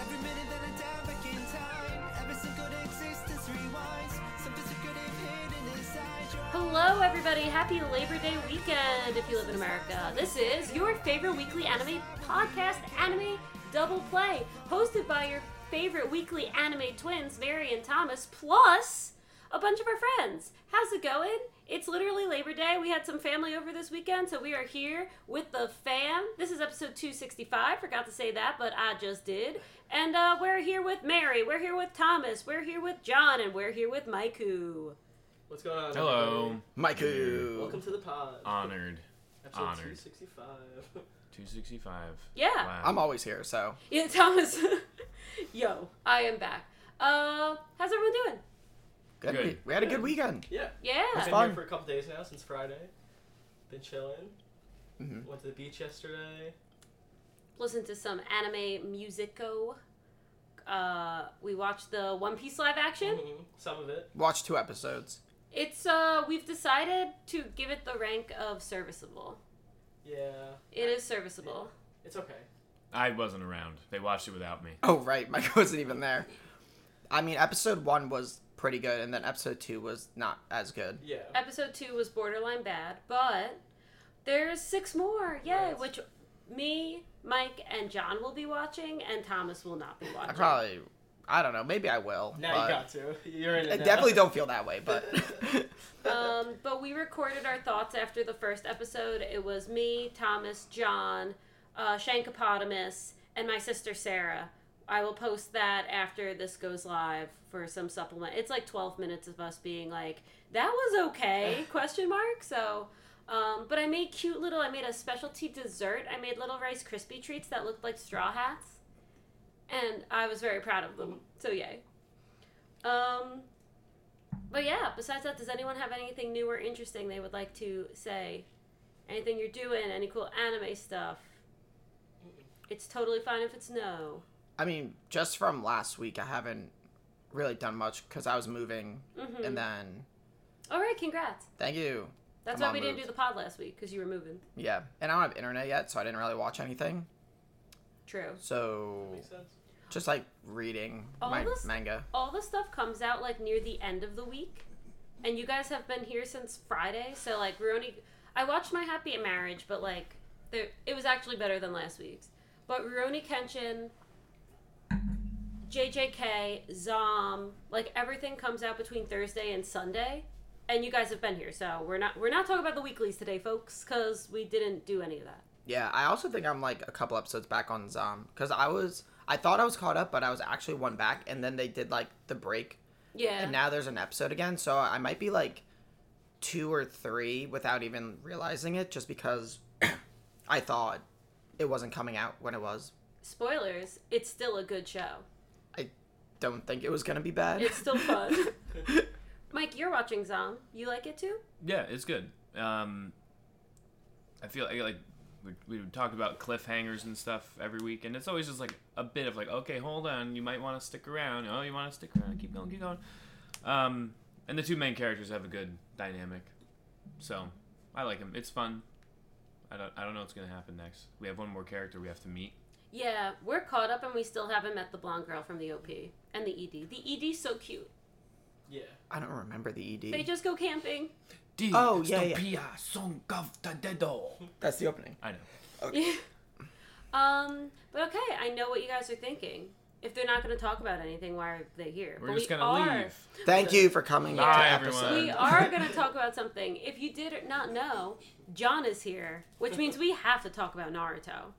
let it down back in time. Every single day existence rewinds. Something secretive hidden inside your Hello, everybody. Happy Labor Day weekend if you live in America. This is your favorite weekly anime podcast, Anime Double Play, hosted by your favorite weekly anime twins, Mary and Thomas, plus a bunch of our friends. How's it going? It's literally Labor Day. We had some family over this weekend, so we are here with the fam. This is episode 265. Forgot to say that, but I just did. And uh, we're here with Mary, we're here with Thomas, we're here with John, and we're here with Maiku. What's going on? Hello. everybody? Maiku. Welcome to the pod. Honored. Episode honored. 265. 265. Yeah. Wow. I'm always here, so Yeah, Thomas. Yo, I am back. Uh, how's everyone doing? good. Good. We had a good weekend. Yeah. I've Yeah. been fun. here for a couple days now since Friday. Been chilling. Mhm. Went to the beach yesterday. Listen to some anime musico. Uh, we watched the One Piece live action. Mhm. Some of it. Watched two episodes. It's uh, we've decided to give it the rank of serviceable. Yeah. It is serviceable. It's okay. I wasn't around. They watched it without me. Oh right, Maiku wasn't even there. I mean, episode one was pretty good, and then episode two was not as good. Yeah. Episode two was borderline bad, but there's six more. Yay! Yes. Which me, Mike, and John will be watching, and Thomas will not be watching. I probably, I don't know. Maybe I will. Now but you got to. You're in it. I now. definitely don't feel that way, but um, but we recorded our thoughts after the first episode. It was me, Thomas, John, uh, Shankopotamus, and my sister Sarah. I will post that after this goes live for some supplement. It's like 12 minutes of us being like, "That was okay?" question mark. So, um, but I made cute little. I made a specialty dessert. I made little Rice crispy treats that looked like straw hats, and I was very proud of them. So yay. Um, but yeah, besides that, does anyone have anything new or interesting they would like to say? Anything you're doing? Any cool anime stuff? It's totally fine if it's no. I mean, just from last week, I haven't really done much because I was moving, Mhm. Hmm. and then All right, congrats. thank you. That's I'm why we on didn't do move. the pod last week because you were moving. Yeah, and I don't have internet yet, so I didn't really watch anything. True. So Makes sense. just like reading All my this- manga. All the stuff comes out like near the end of the week, and you guys have been here since Friday, so like we're only. I watched my Happy Marriage, but like, there, it was actually better than last week's. But Rurouni Kenshin, JJK, Zom, like everything comes out between Thursday and Sunday, and you guys have been here, so we're not we're not talking about the weeklies today, folks, because we didn't do any of that. Yeah, I also think I'm like a couple episodes back on Zom because I was I thought I was caught up, but I was actually one back, and then they did like the break, Yeah. and now there's an episode again, so I might be like two or three without even realizing it, just because I thought it wasn't coming out when it was. Spoilers. It's still a good show. I don't think it was gonna be bad. It's still fun. Mike, you're watching Zom. You like it too? Yeah, it's good. Um, I feel like, like we, we talk about cliffhangers and stuff every week, and it's always just like a bit of like, okay, hold on, you might want to stick around. Oh, you want to stick around? Keep going, keep going. Um, and the two main characters have a good dynamic, so I like them. It's fun. I don't, I don't know what's gonna happen next. We have one more character we have to meet. Yeah, we're caught up and we still haven't met the blonde girl from the OP and the ED. The ED's so cute. Yeah. I don't remember the E E ED. They just go camping. Oh, yeah, yeah. I That's the opening. know. um, but okay, I know what you guys are thinking. If they're not going to talk about anything, why are they here? We're But just we gonna are. leave. Thank you for coming Bye, to everyone. episode. We are going to talk about something. If you did not know, John is here, which means we have to talk about Naruto.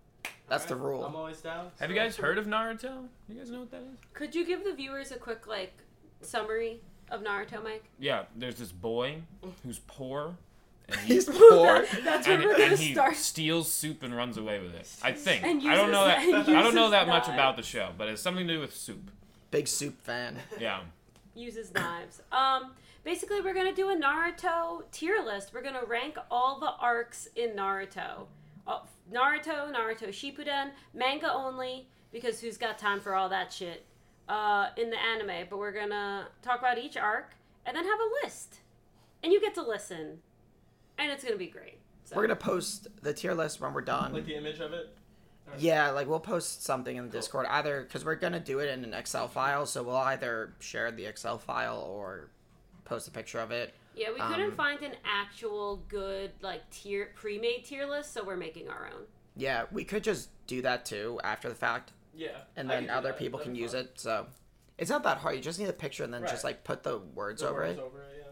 That's the Alright, rule. I'm always down. Have you guys heard of Naruto? You guys know what that is? Could you give the viewers a quick like summary of Naruto, Mike? Yeah, there's this boy who's poor, and he, He's poor. That's where and, we're going and to he start. steals soup and runs away with it. I think. And I don't know that. uses- and I don't know uses that much knives. about the show, but it's something to do with soup. Big soup fan. Yeah. uses knives. Um, basically, we're gonna do a Naruto tier list. We're gonna rank all the arcs in Naruto. Uh, Naruto, Naruto Shippuden, manga only because who's got time for all that shit uh, in the anime? But we're gonna talk about each arc and then have a list, and you get to listen, and it's gonna be great. So. We're gonna post the tier list when we're done. Like the image of it? All right. Yeah, like we'll post something in the Discord either because we're gonna do it in an Excel file, so we'll either share the Excel file or post a picture of it. Yeah, we couldn't Um, find an actual good like tier pre-made tier list, so we're making our own. Yeah, we could just do that too after the fact, Yeah. and I then can do other that. people That'd can be use fun. it. So it's not that hard. You just need a picture and then just Right. like put the words The over words it. Over it.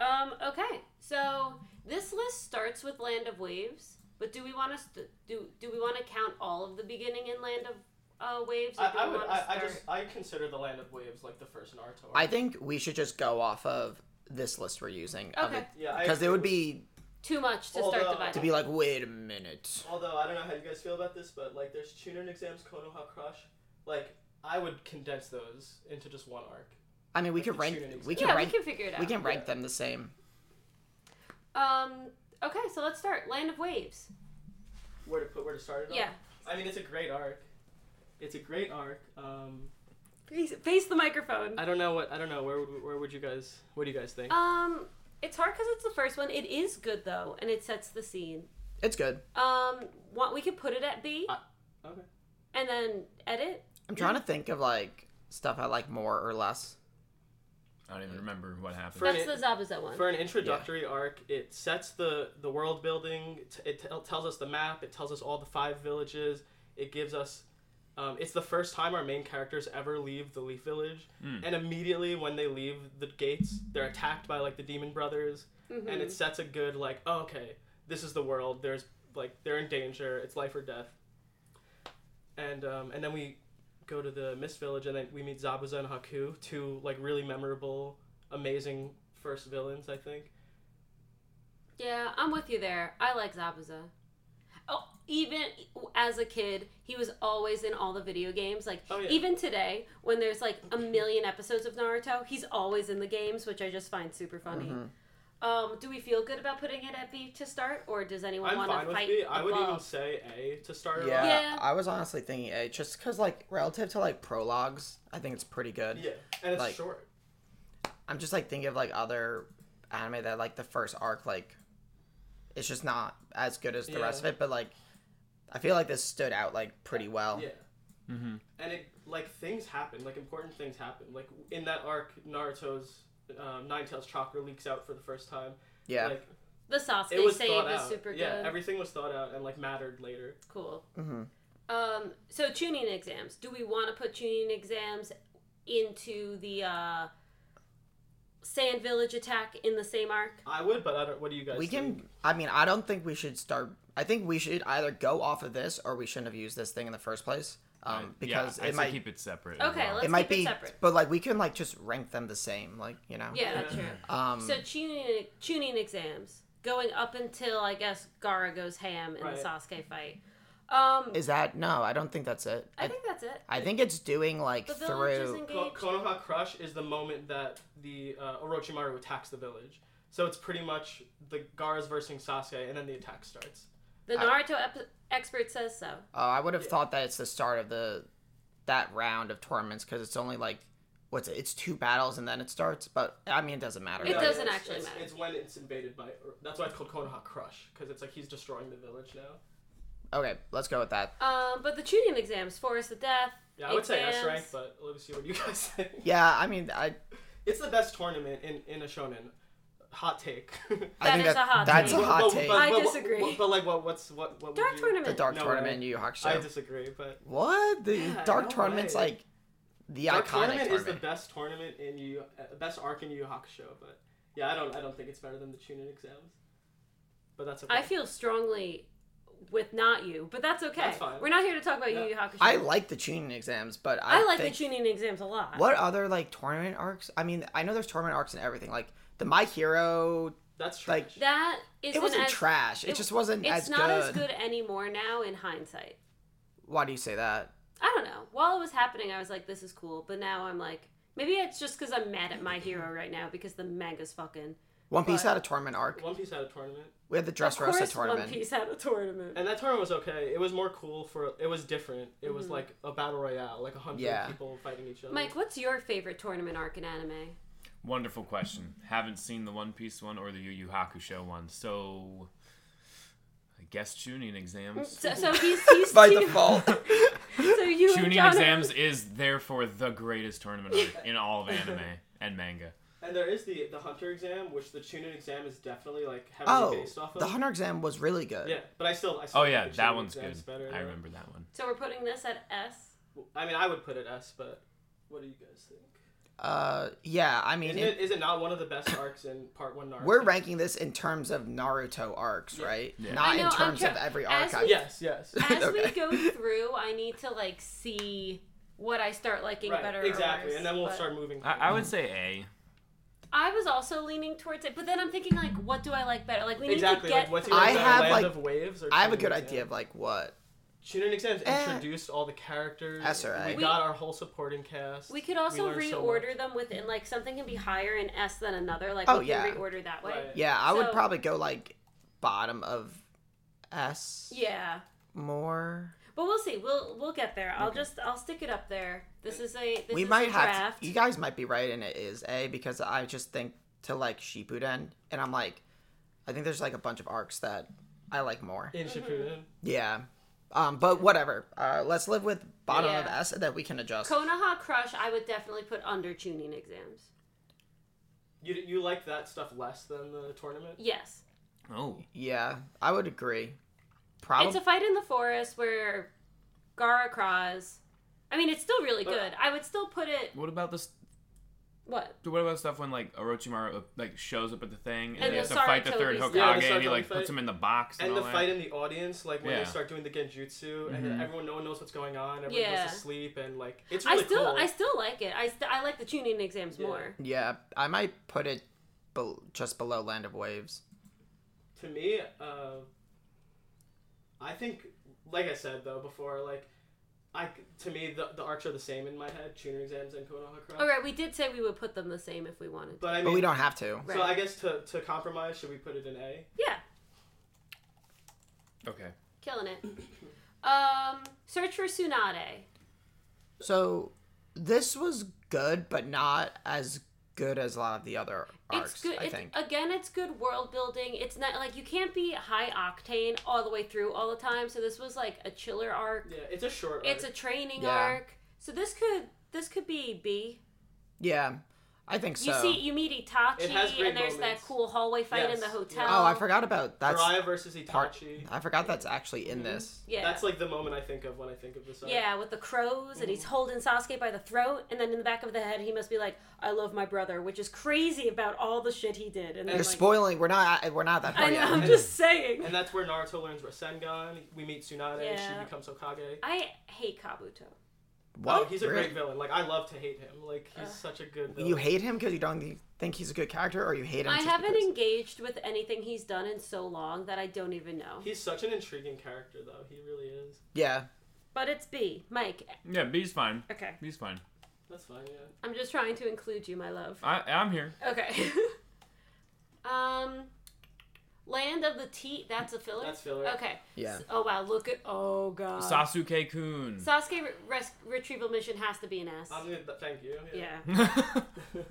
Yeah. Um, okay, so this list starts with Land of Waves, but do we want to st- do do we want to count all of the beginning in Land of uh, Waves? I, do I we would. wanna I, I start- just. I consider the Land of Waves like the first Naruto. I think we should just go off of this list we're using. Okay. Yeah. I Because it agree would with- be too much to Although- start to dividing. be like, wait a minute. Although I don't know how you guys feel about this, but like, there's Chunin exams, Konoha Crush. Like, I would condense those into just one arc. I mean, we Like the could rank. shootings. We to can yeah, rank. we can figure it out. we can rank Yeah. them the same. Um. Okay, so let's start Land of Waves. Where to put? Where to start it? on? Yeah. I mean, it's a great arc. It's a great arc. Um, Face, face the microphone. I don't know what I don't know. Where would where would you guys? What do you guys think? Um, it's hard because it's the first one. It is good though, and it sets the scene. It's good. Um, what we could put it at B Uh, okay. and then edit. I'm trying to think of like stuff I like more or less. I don't even remember what happened. For- That's the Zabuza one. For an introductory arc, it sets the the world building. T- it t- tells us the map. It tells us all the five villages. It gives us. Um, it's the first time our main characters ever leave the Leaf Village, and immediately when they leave the gates, they're attacked by like the Demon Brothers, Mm-hmm. and it sets a good like, oh, okay, this is the world. There's like they're in danger. It's life or death. And um, and then we go to the Mist Village, and then we meet Zabuza and Haku, two like really memorable, amazing first villains, I think. yeah, I'm with you there. I like Zabuza. Oh, even as a kid, he was always in all the video games. Like Oh, yeah. even today, when there's like a million episodes of Naruto, he's always in the games, which I just find super funny. Mm-hmm. Um, do we feel good about putting it at B to start, or does anyone I'm want fine to with fight? B. I would even above? say A to start it Yeah, off. Yeah. I was honestly thinking A, just because like relative to like prologues, I think it's pretty good. Yeah. And it's Like- short. I'm just like thinking of like other anime that like the first arc like it's just not as good as the rest of Yeah. it, but like I feel like this stood out like pretty well. Yeah. Mm-hmm. And it like things happen, like important things happen. Like in that arc, Naruto's um, Nine Tails chakra leaks out for the first time. Yeah. Like The Sasuke it was save thought is out. super yeah, good. everything was thought out and like mattered later. cool. Um, so tuning exams. Do we want to put tuning exams into the uh, Sand Village attack in the same arc? I would, but I don't. What do you guys? we think? can I mean, I don't think we should start I think we should either go off of this or we shouldn't have used this thing in the first place. Um Yeah, because I'd it say might keep it separate. Okay, overall. let's- it might keep it be separate. but like we can like just rank them the same, like, you know. Yeah, that's Yeah. true. Um So tuning tuning exams going up until I guess Gara goes ham in the Right. Sasuke fight. Um, is that no, I don't think that's it. I think that's it. I think it's doing like The village is through Ko- engaged. Konoha Crush is the moment that the uh, Orochimaru attacks the village. So it's pretty much the Garas versus Sasuke, and then the attack starts. The Naruto ep- expert says so. Uh, I would have thought that it's the start of the that round of tournaments because it's only like what's it? It's two battles and then it starts. But I mean, it doesn't matter. It No, right? doesn't it's- actually it's, matter. It's when it's invaded by. That's why it's called Konoha Crush, because it's like he's destroying the village now. Okay, let's go with that. Um, but the tuning exams, Forest of Death. Yeah, I would say S exams. rank, but let me see what you guys think. Yeah, I mean, I It's the best tournament in, in a shonen. Hot take. I think is that- a hot that's take. a hot But- take. but- I but- disagree. But, but, like, what? What's what? what would Dark you- tournament. the dark No tournament, way. you Hawk show. I disagree, but what the Yeah, dark no tournament's way. like the Dark iconic tournament, tournament. is the best tournament in you, uh, best arc in Yu Hakusho. But yeah, I don't I don't think it's better than the Chunin exams. But that's okay. I feel strongly with not you, but that's okay. That's fine. We're not here to talk about Yeah. Yu Yu Hakusho. I like the tuning exams, but I, I like think, the tuning exams a lot. What other like tournament arcs? I mean, I know there's tournament arcs and everything. Like the My Hero, that's true. like, That is it wasn't as, trash. It, it- just wasn't It's as not good. as good anymore now in hindsight. Why do you say that? I don't know. While it was happening, I was like, "This is cool," but now I'm like, maybe it's just because I'm mad at my hero right now because the manga's fucking. One Piece But- had a tournament arc. One Piece had a tournament, We had the Of Dressrosa course, tournament. One Piece had a tournament. and that tournament was okay. It was more cool for. It was different. It was Mm-hmm. like a battle royale, like a hundred Yeah. people fighting each other. Mike, what's your favorite tournament arc in anime? Wonderful question. Haven't seen the One Piece one or the Yu Yu Hakusho one, so I guess tuning exams. So, so he's he's by two- default. So you and Tuning John are- exams is therefore the greatest tournament arc in all of anime and manga. And there is the the hunter exam, which the Chunin exam is definitely like heavily oh, based off of. the hunter exam was really good. Yeah, but I still. I still Oh think yeah, the that Chunin one's exam's good. Better, I though. remember that one. So we're putting this at S. I mean, I would put it S, but what do you guys think? Uh, yeah. I mean, Isn't it, it, is it not one of the best arcs in Part One Naruto? we're ranking this in terms of Naruto arcs, right? Yeah. Not I know, in I'm terms try- of every as arc. we- I Yes, yes. As we Okay. go through, I need to like see what I start liking right, better. or exactly, worse, and then we'll but- start moving. I, I would say A. I was also leaning towards it, but then I'm thinking like, what do I like better? Like we need exactly. to get. like, what's I better, have, Land like- of Waves or I have a Chunin good exam? idea of like what. Chunin exams Eh. introduced all the characters. That's all right. We We- got our whole supporting cast. we could also learned so reorder much. them within like something can be higher in S than another. Like Oh, we yeah. can reorder that way. Right. Yeah, I would So- probably go like bottom of S. Yeah. More. But we'll see. We'll we'll get there. I'll just I'll stick it up there. This is a this we is might a have. draft. To, you guys might be right, and it is A because I just think to like Shippuden, and I'm like, I think there's like a bunch of arcs that I like more. In Mm-hmm. Shippuden. Yeah. Um, but whatever. Uh, let's live with bottom of Yeah. S that we can adjust. Konoha Crush, I would definitely put under tuning exams. You, you like that stuff less than the tournament? Yes. Oh, Yeah, I would agree. Probably. It's a fight in the forest where Gara cries. I mean, it's still really good. I would still put it. what about this? What? What about stuff when like Orochimaru uh, like shows up at the thing And and, he the has to fight the Sarutobi third stuff. Hokage Yeah, the and he Sarutobi like fight. puts him in the box and, And the all fight that? in the audience, like when Yeah. Mm-hmm. they start doing the genjutsu, and then everyone, no one knows what's going on, everyone Yeah. goes to sleep, and like it's really I still cool. I still like it. I st- I like the tuning exams Yeah. more. yeah, I might put it bel just below Land of Waves. to me, uh, I think, like I said though before, like I to me the, the arcs are the same in my head, tuner exams and Konoha Crush. All right, we did say we would put them the same if we wanted. to. But I mean, But we don't have to. so Right. I guess to, to compromise, should we put it in A? Yeah, Okay. killing it. Um, search for Tsunade. So this was good, but not as good as a lot of the other arcs. It's good. I It's, think. again, it's good world building. It's not like you can't be high octane all the way through all the time. So this was like a chiller arc. Yeah, it's a short. It's a arc. training Yeah. arc. So this could this could be B. yeah, I think so. You see, you meet It has Itachi, great and there's moments. that cool hallway fight in Yes, the yeah. hotel. oh, I forgot about that's. Jiraiya versus Itachi. part- I forgot that's actually Mm-hmm. in this. Yeah. That's like the moment I think of when I think of this. arc. Yeah, with the crows, and he's holding Sasuke by the throat, and then in the back of the head, he must be like, "I love my brother," which is crazy about all the shit he did. And then, You're like, spoiling. We're not. We're not that far I know, I'm yet. just saying. And that's where Naruto learns Rasengan. We meet Tsunade. Yeah. She becomes Hokage. I hate Kabuto. What? Oh, he's a Really? great villain. Like I love to hate him. Like he's such a good. Villain. You hate him because you don't think he's a good character, or you hate him. I just haven't because- engaged with anything he's done in so long that I don't even know. He's such an intriguing character, though. He really is. Yeah. But it's B, Mike. Yeah, B's fine. Okay, B's fine. That's fine. Yeah. I'm just trying to include you, my love. I I'm here. Okay. um, Land of the Teat. That's a filler. That's filler. Okay. Yeah. S- Oh wow! Look at oh god. Sasuke Kun. Sasuke re- res- retrieval mission has to be an S. I'm gonna th- thank you. yeah. Yeah.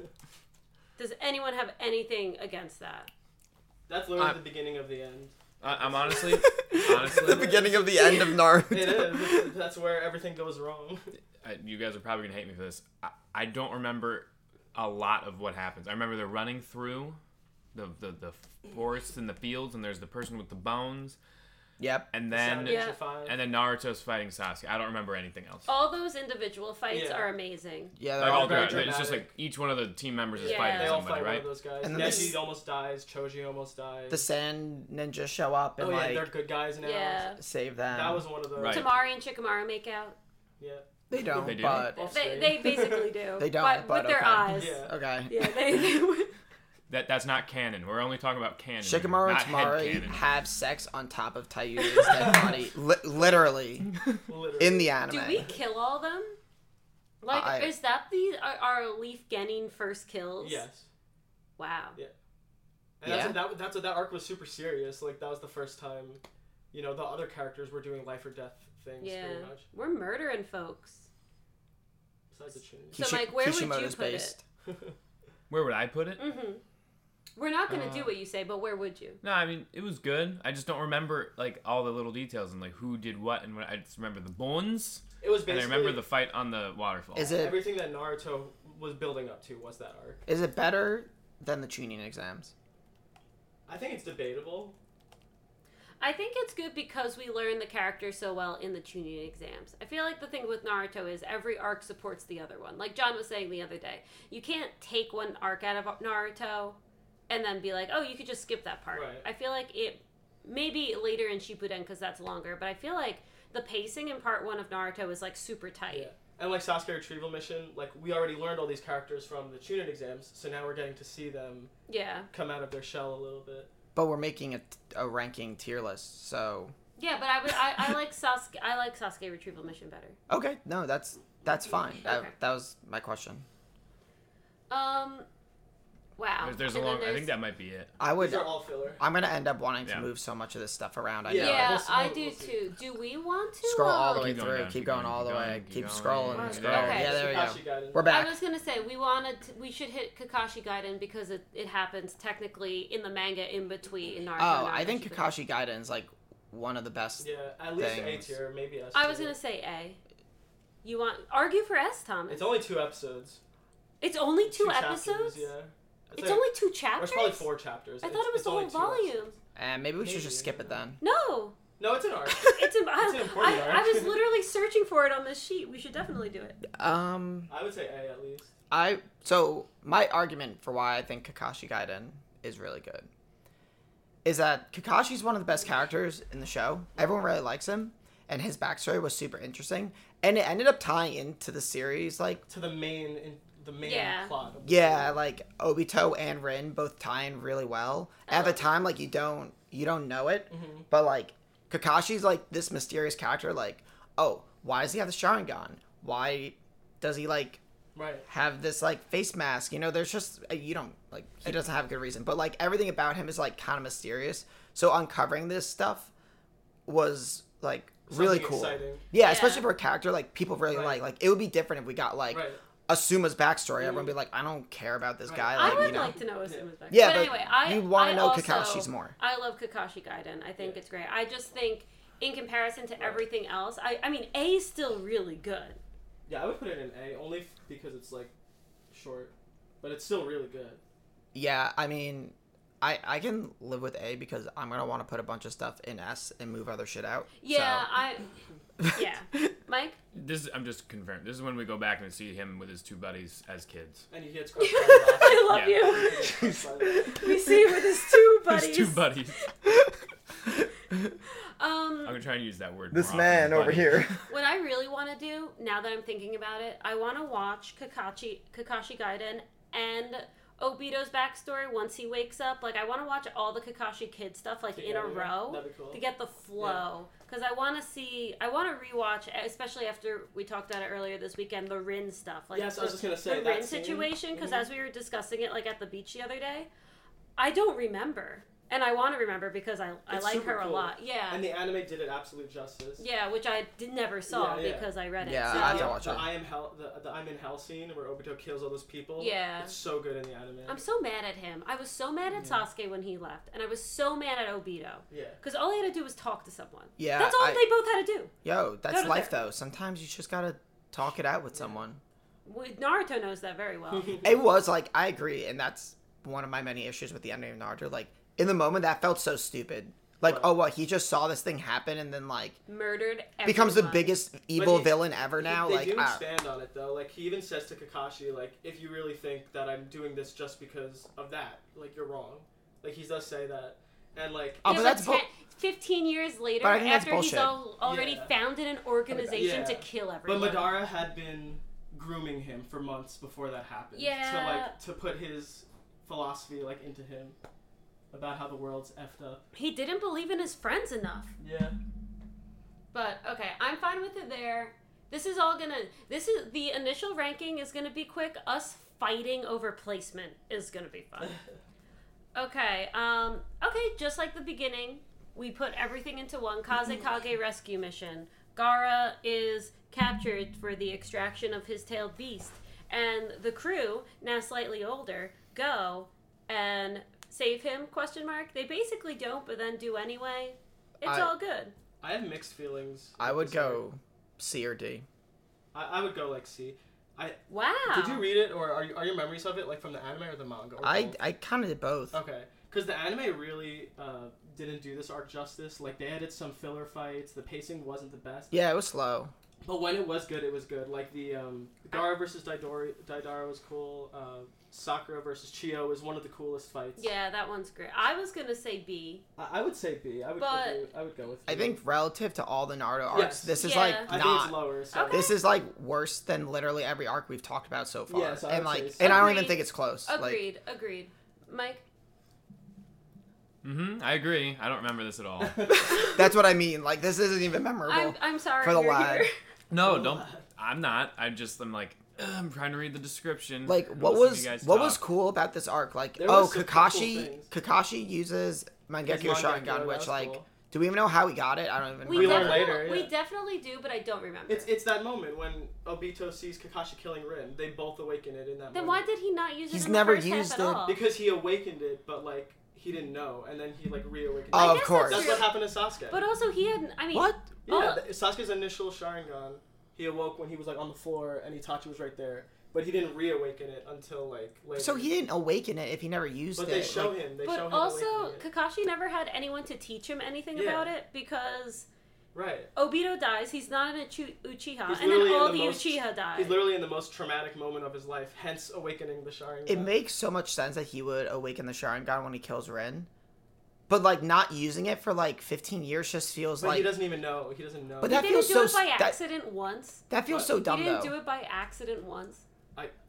Does anyone have anything against that? That's literally I'm- the beginning of the end. I, I'm honestly, the honestly, beginning of the end of It Naruto. is. It's- That's where everything goes wrong. I, you guys are probably gonna hate me for this. I, I don't remember a lot of what happens. I remember they're running through the the, the forests and the fields, and there's the person with the bones, Yep. and then Sound Yeah. Five. and then Naruto's fighting Sasuke. I don't remember anything else. Oh, All those individual fights Yeah. are amazing. Yeah. Like They're all all very throughout, it's just dramatic. like each one of the team members is Yeah. fighting they all somebody, fight one right? of those guys. And And then this- almost dies. Choji almost dies. the sand ninjas show up and oh yeah, like they're good guys now. Yeah. save them. That was one of those. Right. Tamari and Shikamaru make out. Yeah. they don't. They do? but Off They, screen. they basically do. They don't, But, but with their okay. eyes. Yeah. okay. Yeah, they, they That that's not canon. We're only talking about canon. here, Shikamaru and not head Tamari canon. have sex on top of Tayu's dead body, li- literally Literally. in the anime. Do we kill all them? Like, I- is that the our, our Leaf Genning first kills? Yes. Wow. Yeah. And that's Yeah. what that that's what that arc was super serious. Like that was the first time, you know, the other characters were doing life or death things Yeah. pretty much. We're murdering folks. Besides the Chunin. So, Mike, where would you Kishimoto's put it? based. Where would I put it? Mm-hmm. We're not gonna Uh, do what you say, but where would you? No, I mean it was good. I just don't remember like all the little details and like who did what and what. I just remember the bones It was and I basically. remember the fight on the waterfall. Is it everything that Naruto was building up to was that arc. is it better than the tuning exams? I think it's debatable. I think it's good because we learn the characters so well in the tuning exams. I feel like the thing with Naruto is every arc supports the other one. Like John was saying the other day, you can't take one arc out of Naruto and then be like, oh, you could just skip that part. Right. I feel like it maybe later in Shippuden because that's longer, but I feel like the pacing in part one of Naruto is like super tight. Yeah. And like Sasuke retrieval mission, like we already learned all these characters from the Chunin exams, so now we're getting to see them Yeah. come out of their shell a little bit. But we're making a, a ranking tier list, so Yeah, but I would I, I like Sasuke I like Sasuke retrieval mission better. okay, no, that's that's fine. Okay. That, that was my question. Um wow. There's, there's a And then long. I there's- think that might be it. I would. These are all filler. I'm gonna end up wanting to Yeah. move so much of this stuff around. I Yeah. know. Yeah, we'll see- I we'll- do we'll see. too. Do we want to? Scroll all the um, way Keep going through. down, keep, keep going, going, all the keep way. going, keep keep scrolling. going. and Okay. scrolling. Okay. Yeah, there we go. Kakashi Gaiden. We're I back. was gonna say we wanted to, we should hit Kakashi Gaiden because it, it happens technically in the manga in between Naruto. and Oh, I think Shippuden. Kakashi Gaiden is like one of the best. Yeah, at least Things. A tier, maybe S. I was tier. gonna say A. You want argue for S, Thomas? It's only two episodes. It's only two, chapters, episodes. Yeah. It's, like- only two Or chapters. it's probably four chapters. I It's- thought it was it's the only whole two volume. episodes. And maybe we should Maybe, just skip it then. No, No, it's an arc. it's an. It's an important I, arc. I was literally searching for it on this sheet. We should definitely do it. Um, I would say A at least. I so my argument for why I think Kakashi Gaiden is really good is that Kakashi's one of the best characters in the show. Everyone really likes him, and his backstory was super interesting, and it ended up tying into the series. Like, To the main, in, the main Yeah. plot. of the yeah, like Obito and Rin both tie in really well. At the time, like you don't you don't know it, but like Kakashi's like this mysterious character. Like, oh, why does he have the Sharingan? Why does he like Right. have this like face mask. You know, there's just uh, you don't like he doesn't have a good reason, but like everything about him is like kind of mysterious. So uncovering this stuff was like really Something cool. exciting. Yeah, Yeah. especially for a character like people really Right. like. Like it would be different if we got like Right. Asuma's backstory. Everyone would be like, I don't care about this Right. guy. Mm. I Like would you know, like to know Osuma's backstory. Yeah, but, but anyway, I you wanna I know also- Kakashi's more. I love Kakashi Gaiden. I think Yeah. it's great. I just think in comparison to everything else, I I mean A is still really good. Yeah, I would put it in A only f- because it's like short, but it's still really good. yeah. I mean, I I can live with A because I'm gonna want to put a bunch of stuff in S and move other shit out. Yeah, So- I yeah. Mike, This I'm just confirmed. This is when we go back and see him with his two buddies as kids. And he gets crushed by the rock. I love Yeah. He gets crushed by the rock. you. We see with his two buddies. His two buddies. I'm Um, gonna try and use that word. This more often, man over buddy. here. what I really want to do now that I'm thinking about it, I want to watch Kakashi Kakashi Gaiden and Obito's backstory once he wakes up. Like I want to watch all the Kakashi kid stuff like in Together. a row. That'd be cool. to get the flow because I want to see I want to rewatch e, especially after we talked about it earlier this weekend the Rin stuff like Yes, the, I was just gonna say the that Rin scene. situation because Mhm. as we were discussing it like at the beach the other day I don't remember and I want to remember because I, I It's like super her a cool. lot yeah And the anime did it absolute justice. yeah which I did never saw Yeah, yeah. because I read it Yeah, so- I have to the, watch the it. I am hell, the, the I'm in hell scene where Obito kills all those people. Yeah. it's so good in the anime. I'm so mad at him I was so mad Mm-hmm. at Sasuke when he left and I was so mad at Obito yeah, because all he had to do was talk to someone Yeah, that's all I- they both had to do Yo, Go that's to life there. though. Sometimes you just gotta talk it out with someone. With- Naruto knows that very well It was like I agree, and that's one of my many issues with the ending of Naruto. Like in the moment, that felt so stupid. Like, Right. oh, well, he just saw this thing happen and then like murdered everyone. becomes the biggest evil he- villain ever He- now. they like, do ah, expand on it though. Like he even says to Kakashi, like, if you really think that I'm doing this just because of that, like you're wrong. Like he does say that, and like Oh, yeah, but but that's bull- 10 15 years later, But I think that's after he's bullshit. al- already Yeah. founded an organization Yeah. to kill But everyone. Madara had been grooming him for months before that happened. To Yeah. like to put his philosophy like into him about how the world's effed up. he didn't believe in his friends enough. Yeah. But okay, I'm fine with it there. This is all gonna. This is the initial ranking is gonna be quick. Us fighting over placement is gonna be fun. Okay. Um. Okay. Just like the beginning, we put everything into one Kazekage rescue mission. Gara is captured for the extraction of his tailed beast, and the crew, now slightly older, go and save him? Question mark. They basically don't, but then do anyway. It's I- all good. I have mixed feelings. I with would this movie. go C or D. I, I would go like C. Wow. Did you read it, or are, you, are your memories of it like from the anime or the manga? Or I both? I kind of did both. Okay, because the anime really uh, didn't do this arc justice. Like they added some filler fights. The pacing wasn't the best, Yeah, it was slow. but when it was good, it was good. Like the um, Gara versus Daidori, Daidara was cool. Uh, Sakura versus Chio was one of the coolest fights. yeah, that one's great. I was gonna say B. I, I would say B. I would. But- agree- I would go with. I B. think relative to all the Naruto arcs, Yes. this is Yeah. like I think not. it's lower. So. Okay. This is like worse than literally every arc we've talked about so far. Yeah, so I would and like, say so. and I don't even Agreed. think it's close. Like, Agreed. agreed. Mike. Mm-hmm. I agree. I don't remember this at all. that's what I mean. Like, this isn't even memorable. I'm, I'm sorry. for the you're lag. here. No, don't. I'm not. I just I'm like "Ugh, I'm trying to read the description. like and what listen to was you guys what talk." was cool about this arc like There oh was some cool kakashi things. kakashi uses mangekyo His Mangekyo, shotgun that which was like cool. do we even know how he got it i don't even We, We remember learn definitely, later, we yeah. definitely do, but I don't remember. It's it's that moment when Obito sees Kakashi killing Rin. They both awaken it in that. then moment. why did he not use it? He's in the never first half used at it. all? Because he awakened it, but like he didn't know, and then he like reawakened. Oh, I of guess that's course. That's true. what happened to Sasuke. But also, he hadn't. I mean, what yeah, oh. th- Sasuke's initial Sharingan, he awoke when he was like on the floor, and Itachi was right there, but he didn't reawaken it until like later. so he didn't awaken it if he never used But it they show like, him. They show But him also, awakening it. Kakashi never had anyone to teach him anything Yeah. about it because right. Obito dies. He's not an Uchi- Uchiha, He's uh, and literally then in all the the, most- Uchiha die. He's literally in the most traumatic moment of his life, hence awakening the Sharingan. it makes so much sense that he would awaken the sharingan when he kills ren but like not using it for like 15 years just feels But like he doesn't even know. He doesn't know. But he that didn't feels do so it by st- that- accident once. that feels so dumb he didn't though do it by accident once.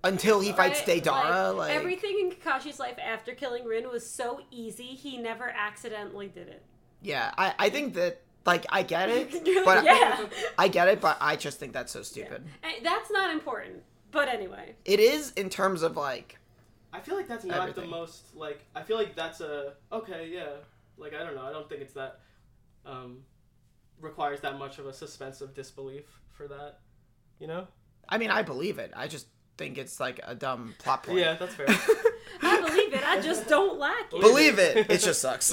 until he fights Right? deidara like, everything in Kakashi's life after killing Rin was so easy, he never accidentally did it. yeah I, I think that like i get it You're but like, yeah, i get it but i just think that's so stupid And that's not important. But anyway, It is in terms of like I feel like that's not the Everything. most like. I feel like that's a okay, yeah. Like I don't know. I don't think it's that um, requires that much of a suspense of disbelief for that. You know? I mean I believe it. I just think it's like a dumb plot point. Yeah, that's fair. I believe it. I just don't like it. Believe it. It just sucks.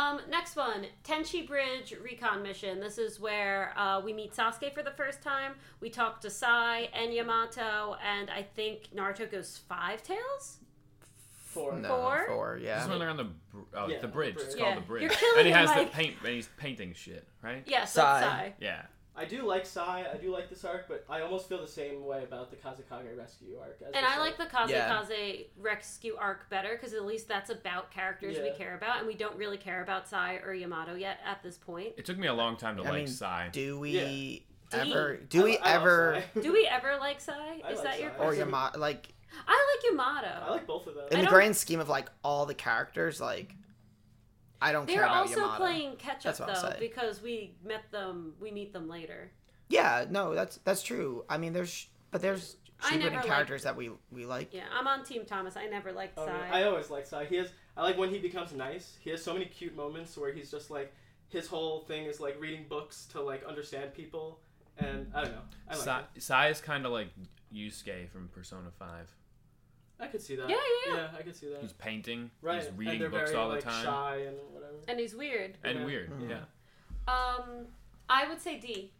Um, next one, Tenchi Bridge Recon Mission. This is where uh, we meet Sasuke for the first time. We talk to Sai and Yamato, and I think Naruto goes five tails. Four. no, Four? four, This is yeah. when they're on the br- oh, Yeah, the bridge. the It's bridge. called Yeah. the bridge. You're killing and he me, has the Mike. paint. And he's painting shit, right? Yes, Sai. that's Sai. Yeah. I do like Sai. I do like this arc, but I almost feel the same way about the Kazakage rescue arc. As And I like the Kaze Yeah. Kaze rescue arc better because at least that's about characters we Yeah. care about, and we don't really care about Sai or Yamato yet at this point. It took me a long time to I like mean, Psy. Do we Yeah. ever do we ever Do we ever like Sai? I Is like that your Sai. or question? Yama like I like Yamato. I like both of them. in I the don't- grand scheme of like all the characters, like I don't care They're about also Yamato. playing catch up That's what I'm though saying. because we met them. We meet them later. Yeah, no, that's that's true. I mean there's but there's I never shooting liked- characters that we we like. Yeah, I'm on Team Thomas. I never liked Oh, Sai. yeah. I always like Sai. He has. I like when he becomes nice. He has so many cute moments where he's just like his whole thing is like reading books to like understand people, and I don't know. I like. Psy, him. Psy is kind of like Yusuke from Persona Five. I could see that. Yeah, yeah, yeah. I could see He's that. painting. Right. He's and reading they're books very, all like, the time. Shy and whatever. and he's weird. And Yeah. weird. Mhm. Yeah. Um, I would say D.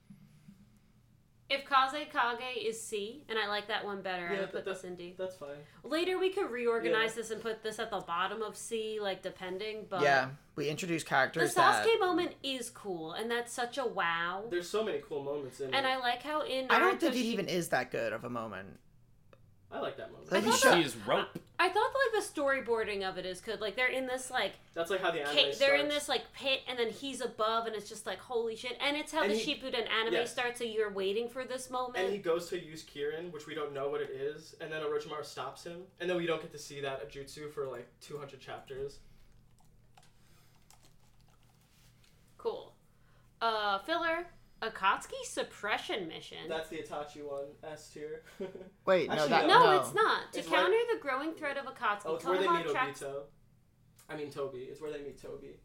If Kaze Kage is C, and I like that one better, Yeah, I would that- put this in D. That's fine. Later, we could reorganize Yeah. this and put this at the bottom of C, like depending. But Yeah. We introduce the characters Sasuke that moment is cool, and that's such a wow. There's so many cool moments in And it. I like how in I don't Naruto think it she- even is that good of a moment. I like that moment. Like, I he thought shot- She is rope. I thought like the storyboarding of it is good. Like they're in this like That's like how the anime pit, they're in starts. this like pit, and then he's above, and it's just like holy shit. And it's how And the he- Shippuden anime yes. starts, so you're waiting for this moment. And he goes to use Kirin, which we don't know what it is, and then Orochimaru stops him, and then we don't get to see that jutsu for like 200 chapters. Cool. Uh, filler Akatsuki suppression mission. That's the Itachi one, S tier. Wait, no, Actually, that, no, no. it's not. To It's counter the growing threat of Akatsuki, oh, it's where they Konoha meet tracks- Obito. I mean Toby. It's where they meet Toby.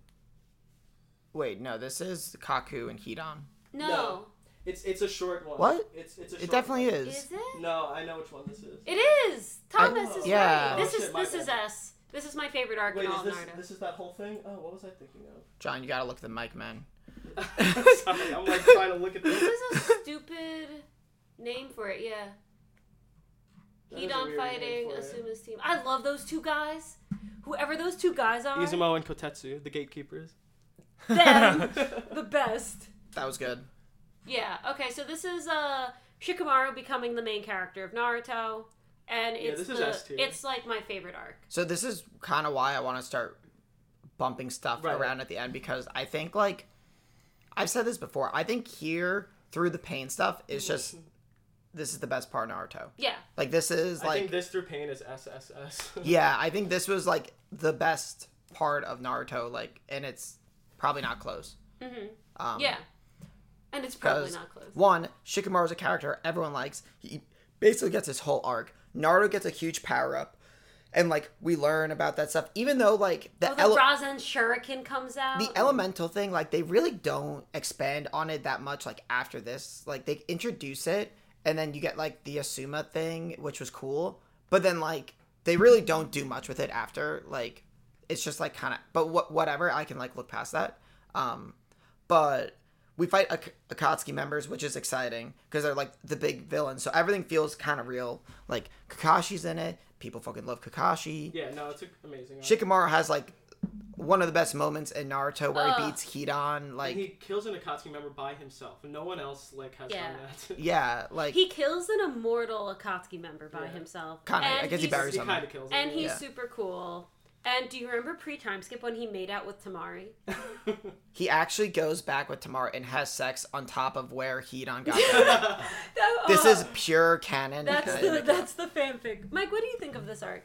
Wait, no, this is Kaku and Hidan. No. No. It's it's a short one. What? It's it's a. It short definitely one. is. Is it? No, I know which one this is. It is. Thomas is yeah. right. Oh, This shit, is my this is bad. S. This is my favorite arc Wait, in is all this Naruto. this is that whole thing? Oh, what was I thinking of? John, you gotta look at the mic, man. Sorry, I'm like trying to look at this. This is a stupid name for it, yeah. That is a Hedon weird name fighting for it. Asuma's team. I love those two guys. Whoever those two guys are, Izumo and Kotetsu, the gatekeepers. them the best. That was good. Yeah. Okay. So this is uh Shikamaru becoming the main character of Naruto, and it's this is the- S tier. it's like my favorite arc. So this is kind of why I want to start bumping stuff Right. around at the end because I think like I've said this before. I think here through the pain stuff is just this is the best part of Naruto. Yeah. Like this is I like think this through pain is SSS. yeah, I think this was like the best part of Naruto. Like, and it's probably not close. Mm-hmm. Um, Yeah. And it's probably because not close. One, Shikamaru's a character everyone likes. He basically gets his whole arc. Naruto gets a huge power up, and like we learn about that stuff. Even though like the Oh, the ele- Rasen Shuriken comes out. the elemental thing like they really don't expand on it that much like after this like they introduce it and then you get like the asuma thing which was cool but then like they really don't do much with it after like it's just like kind of but what whatever i can like look past that um but we fight Ak- akatsuki members which is exciting because they're like the big villains so everything feels kind of real like kakashi's in it people fucking love kakashi yeah, no, it's a- amazing. arc. Shikamaru has like one of the best moments in Naruto where he Ugh. beats Hidan. Like, And he kills an Akatsuki member by himself. No one else like has Yeah. done that. yeah, like he kills an immortal Akatsuki member by Yeah. himself. Kinda, And I guess he he's- buries he something. kind of kills. him, And yeah. he's Yeah. super cool. And do you remember pre time skip when he made out with Tamari? he actually goes back with Tamara and has sex on top of where Hidan got. married. this Oh, is pure canon. that's I- the that's the fanfic. Mike, what do you think of this arc?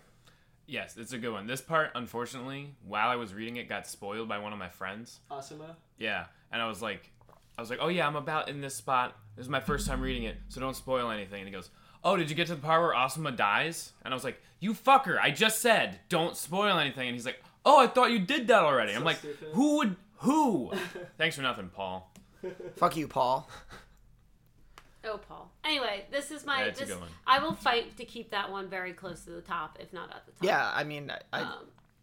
Yes, it's a good one. This part, unfortunately, while I was reading it, got spoiled by one of my friends. Asuma. Yeah, and I was like, I was like, oh yeah, I'm about in this spot. This is my first time reading it, so don't spoil anything. And he goes, oh, did you get to the part where Asuma dies? And I was like, you fucker! I just said don't spoil anything. And he's like, oh, I thought you did that already. I'm like, stupid. who would who? Thanks for nothing, Paul. Fuck you, Paul. Oh, Paul. Anyway, this is my. Yeah, it's a this, good one. I will fight to keep that one very close to the top, if not at the top. Yeah, I mean, I, I Um,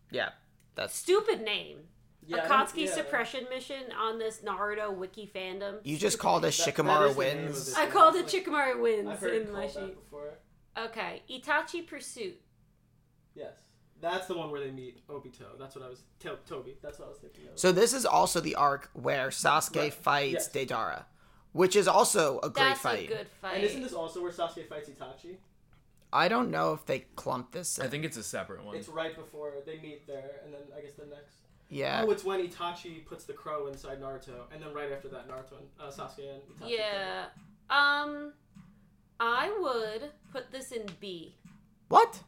yeah, that's stupid name. Yeah, I don't- Akatsuki yeah. suppression mission on this Naruto wiki fandom. you just called us That- that Shikamaru is the name of wins. it. I called it Chikamaru I've wins heard it in my called that sheet. before. Okay, Itachi pursuit. Yes, that's the one where they meet Obito. That's what I was. To- Toby. That's what I was thinking of. So this is also the arc where Sasuke Right, fights yes. Deidara, which is also a great That's fight. a good fight. and isn't this also where Sasuke fights Itachi? I don't know if they clump this. uh, I In. think it's a separate one. It's right before they meet there, and then I guess the next. Yeah, Oh, it's when Itachi puts the crow inside Naruto, and then right after that, Naruto and uh, Sasuke and Itachi. yeah. Um, I would put this in B. what?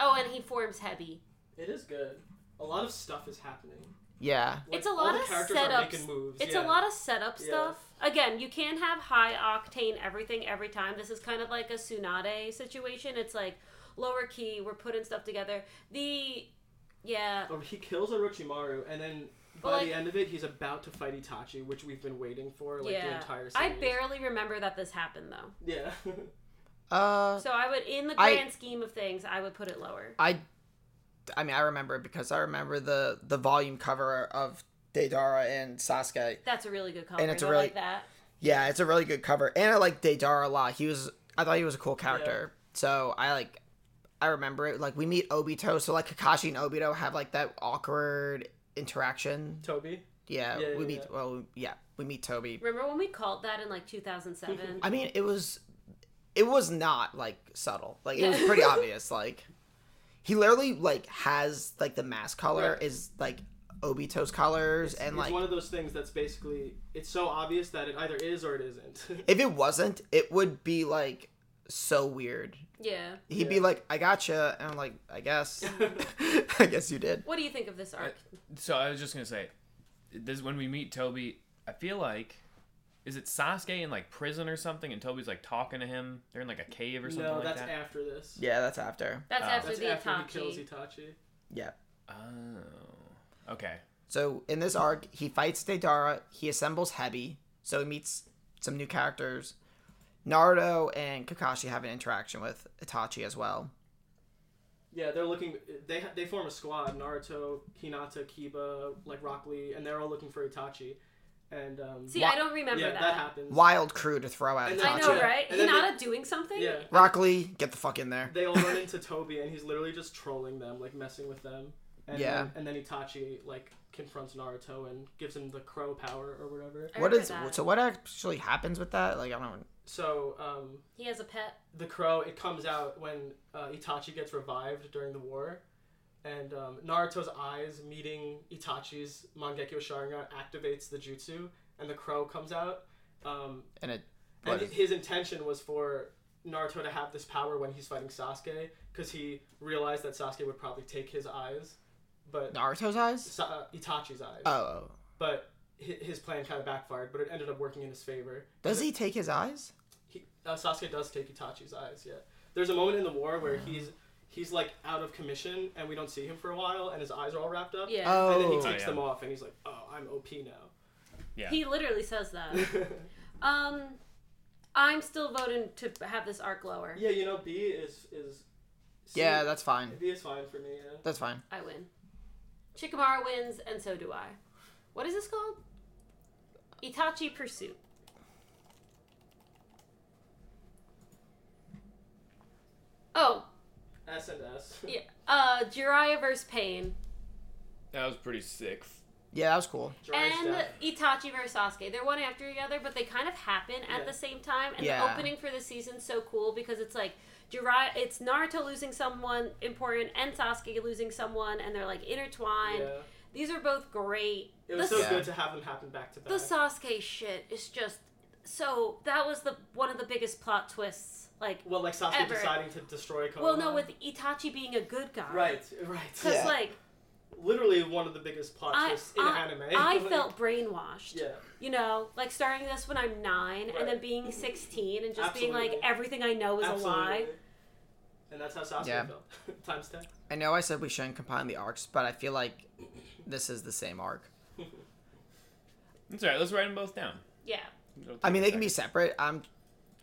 Oh, and he forms Heavy. It is good. A lot of stuff is happening. Yeah. Like, It's a all lot the of characters are setups. making moves. It's a yeah. lot of setup Yeah. stuff. Again, you can't have high octane everything every time. This is kind of like a Tsunade situation. It's like lower key, we're putting stuff together. The yeah. But Oh, he kills Orochimaru, and then by Well, the like- end of it, he's about to fight Itachi, which we've been waiting for like the yeah. entire series. I barely remember that this happened though. Yeah. Uh, So I would in the I- grand scheme of things, I would put it lower. I, I mean, I remember it because I remember the the volume cover of Deidara and Sasuke. That's a really good color. And it's a I really- like that. Yeah, it's a really good cover, and I like Deidara a lot. He was, I thought he was a cool character, so I like, I remember it. Like we meet Obito, so like Kakashi and Obito have like that awkward interaction. Toby. Yeah, Yeah, we yeah, meet. yeah. Well, yeah, we meet Toby. Remember when we called that in like 2007? I mean, it was, it was not like subtle. Like it was pretty obvious. Like he literally like has like the mask color Right. is like Obito's colors, and it's like one of those things that's basically it's so obvious that it either is or it isn't. if it wasn't, it would be like so weird. yeah. He'd be Yeah. like, "I gotcha," and I'm like, "I guess, I guess you did." What do you think of this arc? Uh, so I was just gonna say, this when we meet Toby, I feel like. Is it Sasuke in like prison or something? And Toby's like talking to him. They're in like a cave or something no, like that's that. after this. Yeah, that's after. That's Oh. after uh, That's the after Itachi. he kills Itachi. Yeah. oh, okay. So in this arc, he fights Deidara. He assembles Hebi. So he meets some new characters. Naruto and Kakashi have an interaction with Itachi as well. Yeah, they're looking. They they form a squad: Naruto, Hinata, Kiba, like Rock Lee, and they're all looking for Itachi. And um, See, Wha- I don't remember yeah, that. that. happens. Wild crew to throw out And Itachi. then- I know, Yeah. right? And then Hinata doing something? Yeah. Broccoli, get the fuck in there. They all run into Toby, and he's literally just trolling them, like messing with them. And Yeah. Then, and then Itachi like confronts Naruto and gives him the crow power or whatever. I What remember is that. so? What actually happens with that? Like I don't. So um, He has a pet. the crow it comes out when uh, Itachi gets revived during the war, and um, Naruto's eyes meeting Itachi's Mangekyo Sharingan activates the jutsu, and the crow comes out. Um, And it. and What is- his intention was for Naruto to have this power when he's fighting Sasuke, because he realized that Sasuke would probably take his eyes, but Naruto's eyes. Sa- uh, Itachi's eyes. Oh, But hi- his plan kind of backfired, but it ended up working in his favor. does he take his eyes? he, uh, Sasuke does take Itachi's eyes. Yeah, there's a moment in the war where he's he's like out of commission and we don't see him for a while, and his eyes are all wrapped up. Yeah. Oh, And then he Oh, takes yeah. them off, and he's like, "Oh, I'm OP now." Yeah. He literally says that. um, I'm still voting to have this arc lower. yeah, you know, B is is. C- yeah, that's fine. B is fine for me. Yeah. That's fine. I win. Shikamaru wins, and so do I. What is this called? Itachi Pursuit. Oh, S and S. yeah. Uh, Jiraiya versus Pain. That was pretty sick. Yeah, that was cool. Jiraiya's and death. Itachi versus Sasuke. They're one after the other, but they kind of happen at Yeah. the same time. And the Yeah. opening for this season's so cool because it's like Jiraiya, it's Naruto losing someone important and Sasuke losing someone, and they're like intertwined. Yeah. These are both great. It was the, so Yeah. good to have them happen back to the back. Sasuke shit is just so. That was the one of the biggest plot twists. Like, Well, like Sasuke Ever. deciding to destroy Konoha. well, no, with Itachi being a good guy, Uh-huh. Right, right. Because Yeah. like Literally one of the biggest plot I, twists in I, anime. I Like, felt brainwashed. Yeah. you know, like starting this when I'm nine Right. and then being 16 and just being like, Absolutely. everything I know is a lie. And that's how Sasuke Yeah. felt. Times ten. I know I said we shouldn't combine the arcs, but I feel like this is the same arc. That's all right. Let's write them both down. Yeah. It'll take I mean, a they can be second. separate. I'm.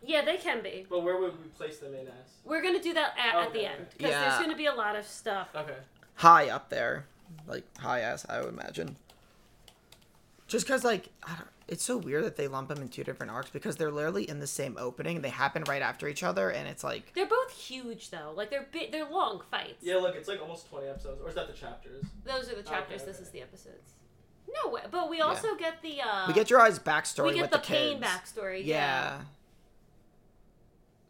Yeah, they can be. But where would we place them in as? We're going to do that at, at the Okay. end because Yeah. there's going to be a lot of stuff. Okay. high up there, like high as I would imagine. Just because, like, I don't, it's so weird that they lump them in two different arcs because they're literally in the same opening. They happen right after each other, and it's like, They're both huge though. Like they're bi- they're long fights. Yeah, look, it's like almost twenty episodes, or is that the chapters? Those are the chapters. This okay. is the episodes. No way. But we also get the uh we get your eyes backstory we get with the, the, pain kids. backstory. Yeah.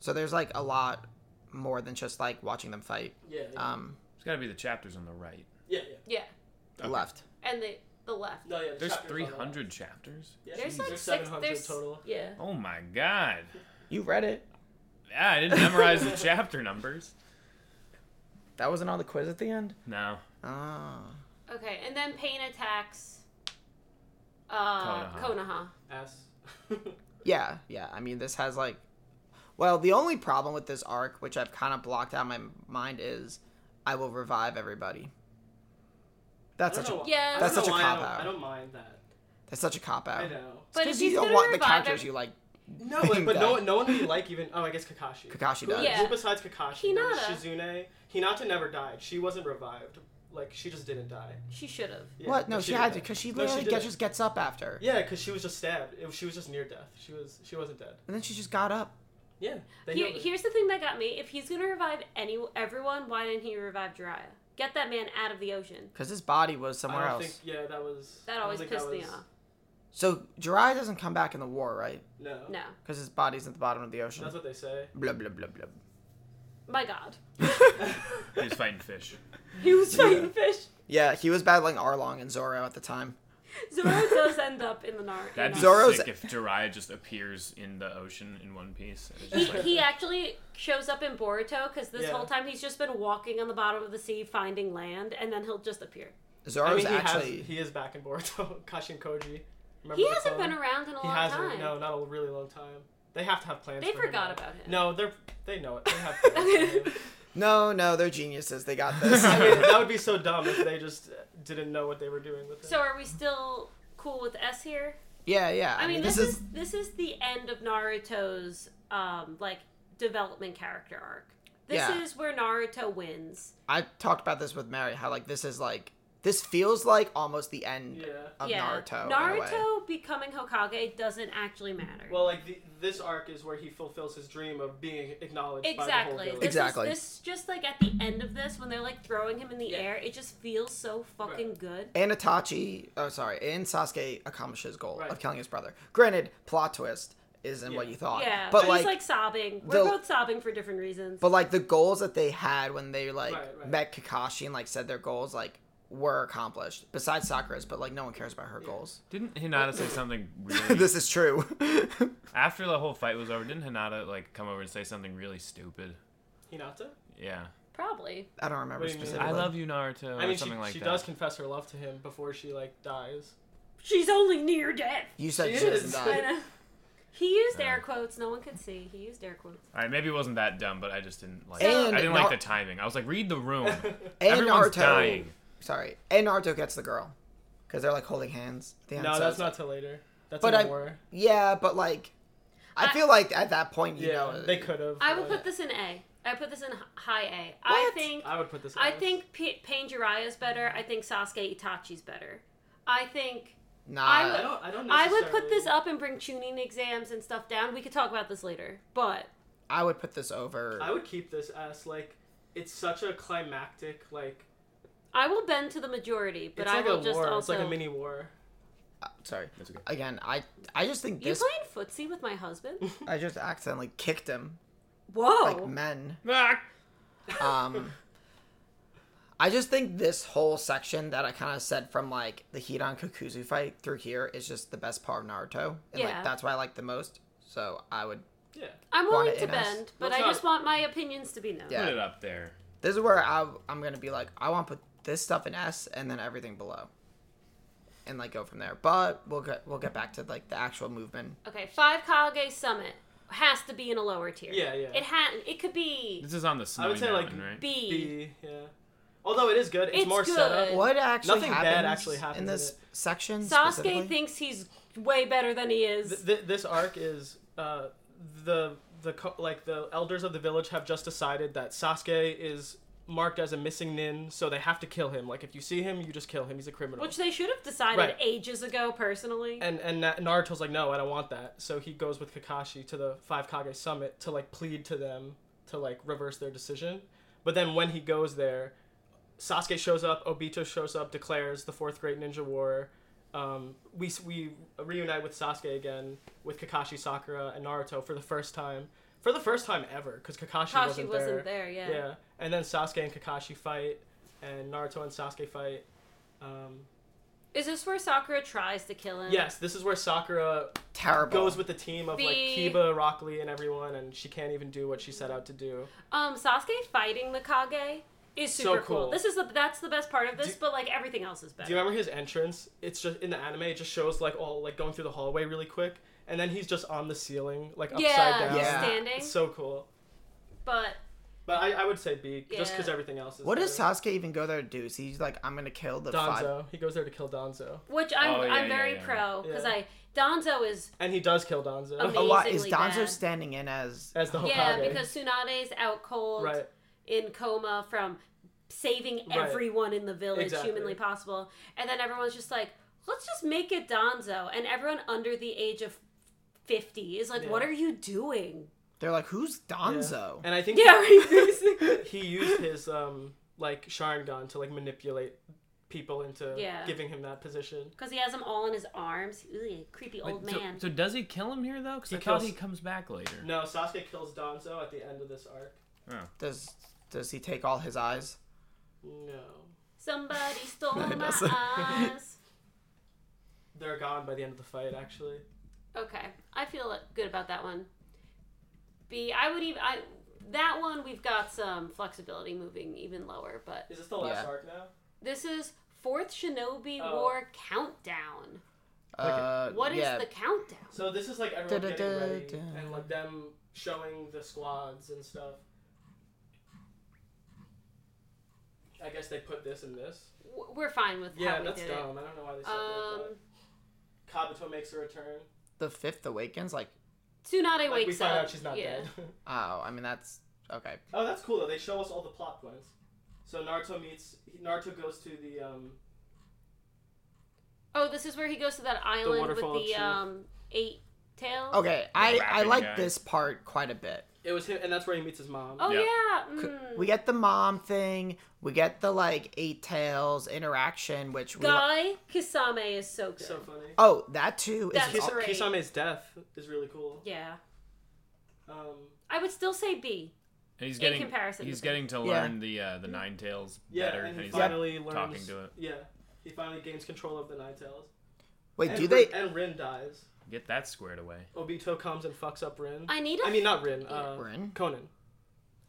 So there's like a lot more than just like watching them fight. Yeah. Yeah. Um, It's got to be the chapters on the right. yeah, yeah. Yeah. Okay. left. And the the left. No, yeah. The There's chapters on the- 300 chapters. Yeah. There's like there's six. 700 There's total. Yeah. Oh my god. You read it. Yeah, I didn't memorize the chapter numbers. That wasn't on the quiz at the end. No. Ah. Okay. And then pain attacks. Uh, Konoha. Konoha. S. Yeah, yeah. I mean, this has like, well, the only problem with this arc, which I've kind of blocked out of my mind, is I will revive everybody. That's I don't such a know why- Yeah. I don't That's know such a Oh. why I don't- cop-out. I don't mind that. that's such a cop I out. know. But Because if you he's don't gonna want the revive characters every- you like. No, but, but no, That- one- no one we like even. Oh, I guess Kakashi. Kakashi who, does. Yeah. Who besides Kakashi? Hinata. Shizune. Hinata never died. She wasn't revived. Like she just didn't die. She should have. Yeah, what? No, but she, had to didn't die. because she No, literally didn't. gets, just gets up after, Yeah, because she was just stabbed. It, she was just near death. She was. She wasn't dead. and then she just got up. Yeah. They Here, healed her. here's the thing that got me: if he's gonna revive any everyone, why didn't he revive Jiraiya? Get that man out of the ocean. Because his body was I somewhere don't else. Think, yeah, that was. I That don't always think pissed me was- off. So Jiraiya doesn't come back in the war, right? No. No, Because his body's at the bottom of the ocean. That's what they say. Blub blub blub blub. my God, He was fighting fish. he was fighting fish. Yeah, he was battling Arlong and Zoro at the time. Zoro does end up in the Nar. in That'd Nar- be Zoro's- sick if Jiraiya just appears in the ocean in one piece. It's He, just like- he actually shows up in Boruto because this Yeah. whole time he's just been walking on the bottom of the sea finding land, and then he'll just appear. Zoro's I mean, he actually. has. He is back in Boruto. Kashi and Koji. Remember He the hasn't song? been around in a He long hasn't. time. No, not a really long time. They have to have plans. They for him forgot now. about him. No, they're. They know it. They have plans. for him. No, no, they're geniuses. They got this. I mean, that would be so dumb if they just uh, didn't know what they were doing with it. So are we still cool with S here? yeah, yeah. I mean, this is, this is the end of Naruto's um like development character arc. This Yeah. is where Naruto wins. I talked about this with Mary. How like this is like this feels like almost the end Yeah. of yeah. Naruto. in a way. Naruto becoming Hokage doesn't actually matter. Well, like the, this arc is where he fulfills his dream of being acknowledged by the whole Exactly. village. This Exactly. Is, this just like at the end of this when they're like throwing him in the Yeah. air, it just feels so fucking good. And Itachi, oh sorry, and Sasuke accomplished his goal Right. of killing his brother. Granted, plot twist isn't what Yeah. you thought. Yeah, but, but, like, he's like sobbing. the- We're both sobbing for different reasons. but like the goals that they had when they like Right, right. met Kakashi and like said their goals like were accomplished. Besides Sakura's, but like no one cares about her goals. Didn't Hinata say something really? this is true. After the whole fight was over, didn't Hinata like come over and say something really stupid? Hinata. Yeah. Probably. I don't remember What do you mean? specifically. I love you, Naruto, I mean, or something she, like she that. does confess her love to him before she like dies. She's only near death. you said She she doesn't is. I die. know. He used Uh. air quotes. No one could see. He used air quotes. All right, maybe it wasn't that dumb, but I just didn't like. And I didn't Nar- like the timing. I was like, read the room. And Everyone's Naruto, dying. sorry, and Naruto gets the girl because they're like holding hands. at The end, no, so that's it's- not till later. That's But in I- the war. Yeah, but like, I, I- feel like at that point, you Yeah, know, they could have. I will put this in A. I put this in h- high A. I What? think I would put this. in I S. think P- Pain Jiraiya's better. I think Sasuke Itachi's better. I think Nah, I would- I don't. I don't. I would put this necessarily- up and bring tuning exams and stuff down. We could talk about this later, but I would put this over. I would keep this as like it's such a climactic like. I will bend to the majority. But it's I like will a just war. also It's like a mini war. uh, sorry. That's okay. Again, I I just think You this. playing footsie with my husband? I just accidentally kicked him Whoa! like men. Ah! Um, I just think this whole section that I kind of said from like the heat on Kakuzu fight through here is just the best part of Naruto, and Yeah. like that's what I like the most. So I would. Yeah. I'm want willing it to in us. bend, but Let's I not- just want my opinions to be known. Yeah. Put it up there. This is where I, I'm gonna be like, I want to put this stuff in S and then everything below, and like go from there. But we'll get we'll get back to like the actual movement. Okay, five Kage Summit has to be in a lower tier. Yeah, yeah. It had it could be This is on the snowy I would say, like, mountain, right? B. B. Yeah. Although it is good. It's, It's more good. setup. What actually Nothing bad happens actually happens in this in section? Sasuke specifically? thinks he's way better than he is. Th- th- this arc is uh, the the co- like the elders of the village have just decided that Sasuke is marked as a missing nin, so they have to kill him. Like if you see him, you just kill him. He's a criminal. which they should have decided Right. ages ago, personally. and and Na- Naruto's like, no, I don't want that. So he goes with Kakashi to the Five Kage summit to like plead to them to like reverse their decision. But then when he goes there, Sasuke shows up, Obito shows up, declares the fourth great ninja war. Um, we s- we reunite with Sasuke again with Kakashi, Sakura, and Naruto for the first time, for the first time ever, because Kakashi, Kashi wasn't, wasn't there. there, yeah. Yeah, and then Sasuke and Kakashi fight, and Naruto and Sasuke fight. Um, Is this where Sakura tries to kill him? yes, this is where Sakura terrible. goes with the team of like The- Kiba, Rock Lee, and everyone, and she can't even do what she set out to do. Um, Sasuke fighting the Kage is So super cool. cool. This is the that's the best part of this, Do- but like everything else is better. Do you remember his entrance? It's just in the anime. It just shows like all like going through the hallway really quick, and then he's just on the ceiling like upside yeah, down. just Yeah. standing. It's so cool. But But I, I would say B just because Yeah. everything else is. What does better. Sasuke even go there to do? Is he like, I'm gonna kill the five? Donzo? He goes there to kill Donzo, which I'm Oh, yeah, I'm yeah, very yeah. pro because Yeah. I Donzo is and he does kill Donzo Oh, why is Amazingly Donzo bad. standing in as? as the Hokage. yeah because Tsunade's out cold Oh, right. in coma from saving Right. everyone in the village Exactly. humanly possible, and then everyone's just like, let's just make it Donzo, and everyone under the age of fifty is like, Yeah. what are you doing? They're like, who's Yeah. Donzo? And I think Yeah, he, basically. he used his um like Sharingan to like manipulate people into Yeah. giving him that position. Because he has them all in his arms. Ew, creepy old Wait, so- man. So, does he kill him here though? Because He I thought kills- he comes back later. No, Sasuke kills Donzo at the end of this arc. Does does he take all his eyes? No. Somebody stole No, he my doesn't. eyes. They're gone by the end of the fight, actually. Okay, I feel good about that one. B, I would even I that one we've got some flexibility moving even lower, but Is this the last Yeah. arc now? this is fourth Shinobi Oh. War countdown. Uh, What is yeah. the countdown? So this is like everyone getting Da-da-da, ready da. and like them showing the squads and stuff. I guess they put this in this. W- We're fine with Yeah, how we that's did dumb. I don't know why they it. said Um, that. But Kabuto makes a return. the fifth awakens? Like, Tsunade Like wakes we find up. out she's not yeah. dead. oh, I mean that's Okay. Oh, that's cool though. They show us all the plot points. So Naruto meets Naruto goes to the um Oh, this is where he goes to that island with waterfall of the truth. um eight tails. Okay. I I rapping like guy. this part quite a bit. it was him and that's where he meets his mom. Oh Yeah. yeah. C- mm. We get the mom thing. We get the like eight tails interaction, which we. li- Guy Kisame is so good. So funny. oh, that too is. That's all- Kisa- great. Kisame's death is really cool. yeah. Um I would still say B. And he's getting comparison he's to getting to Yeah. learn the uh, the nine tails yeah, better, and he he's like, finally learns talking to it. Yeah. He finally gains control of the Ninetales. Wait, And do they? Rin- and Rin dies. get that squared away. Obito comes and fucks up Rin. I need a I mean not Rin, uh Rin? Conan.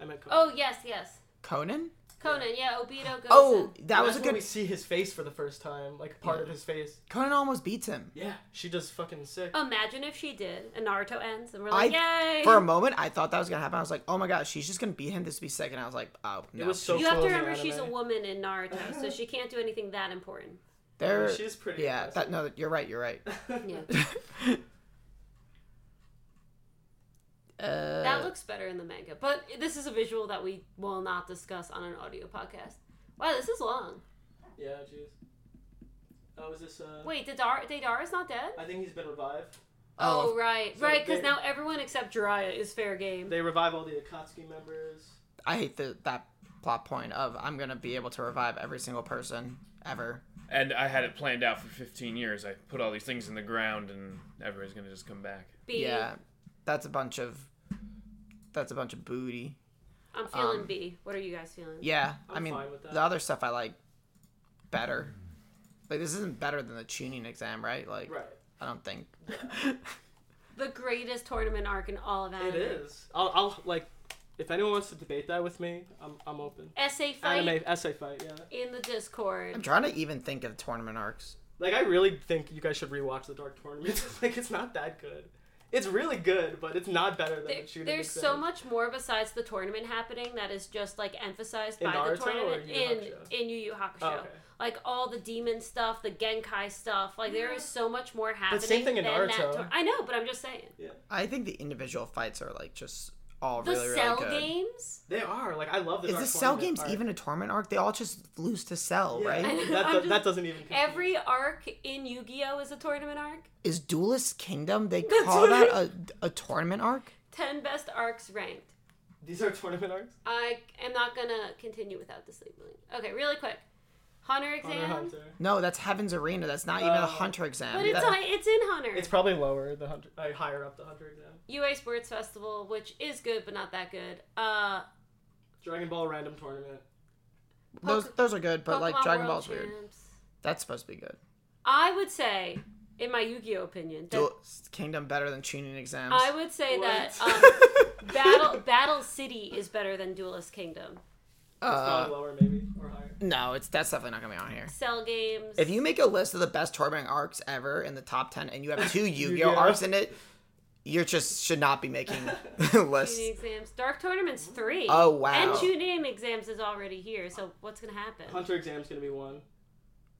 I meant Conan. Oh yes, yes. Conan? Conan, yeah, Obito goes. Oh, in. that was a That's good. when we see his face for the first time, like part of his face. Conan almost beats him. Yeah, she does fucking Oh. sick. Imagine if she did, and Naruto ends, and we're I like, Oh, yay! for a moment I thought that was gonna happen. I was like, oh my god, she's just gonna beat him. This would be sick. And I was like, oh no. it was so you have cool to in the remember she's a anime. woman in Naruto, so she can't do anything that important. They're, She's pretty Er, Yeah. impressive. That no. You're right. You're right. Yeah, Uh, that looks better in the manga, but this is a visual that we will not discuss on an audio podcast. Wow, this is long. Yeah, jeez. Oh, is this? Uh, Wait, Dadar Deidara's not dead? I think he's been revived. Oh, oh, right, so right, because they- now everyone except Jiraiya is fair game. They revive all the Akatsuki members. I hate the, that plot point of I'm gonna be able to revive every single person ever. And I had it planned out for 15 years. I put all these things in the ground, and everybody's gonna just come back. B, Yeah, that's a bunch of. That's a bunch of booty. am feeling um, B. What are you guys feeling? Yeah, i I'm mean fine with that. the other stuff I like better. Like this isn't better than the tuning exam, right? Like Right. I don't think. The greatest tournament arc in all of anime. It is. I'll, I'll like. If anyone wants to debate that with me, I'm, I'm open. Essay fight Anime essay fight, yeah. in the Discord. I'm trying to even think of tournament arcs. Like I really think you guys should rewatch the Dark Tournament. like it's not that good. It's really good, but it's not better than There- the shooting. there's exam. so much more besides the tournament happening that is just like emphasized In by Naruto the or tournament Yu Yu in Hakusho? in Yu Yu Hakusho. Oh, okay. Like all the demon stuff, the Genkai stuff. Like there is so much more happening. same thing in than that Naruto. tour- I know, but I'm just saying. I think the individual fights are like just all The really uh, really cell good. games. They are like I love the. Is Dark the cell Tournament games arc. even a tournament arc? They all just lose to cell, Yeah, right? know, That, I'm that, just- that doesn't even. compute. Um, Every arc in Yu Gi Oh is a tournament arc. Is Duelist Kingdom they That's call what that a, a tournament arc? Ten best arcs ranked. These are tournament arcs. I am not gonna continue without this labeling. Okay, really quick. Hunter exam. Hunter, Hunter. No, that's Heaven's Arena. That's not even a Oh. Hunter exam. But it's That- on, it's in Hunter. It's probably lower the hunter, like higher up the hunter exam. UA Sports Festival, which is good but not that good. Uh Dragon Ball random tournament. those Poke- those are good, but like Pokemon Dragon World Ball's weird. Champs. That's supposed to be good. I would say, in my Yu-Gi-Oh opinion, that Duelist Kingdom better than tuning exams. I would say that um, What? Battle Battle City is better than Duelist Kingdom. It's Uh, probably lower maybe or higher. no, it's that's definitely not gonna be on here. Cell games. If you make a list of the best tournament arcs ever in the top ten, and you have two Yu-Gi-Oh Yu-Gi-Oh. arcs in it, you just should not be making lists. tuning exams, Dark Tournament's three. Oh, wow. And tuning exams is already here. So what's gonna happen? Hunter exam's gonna be one.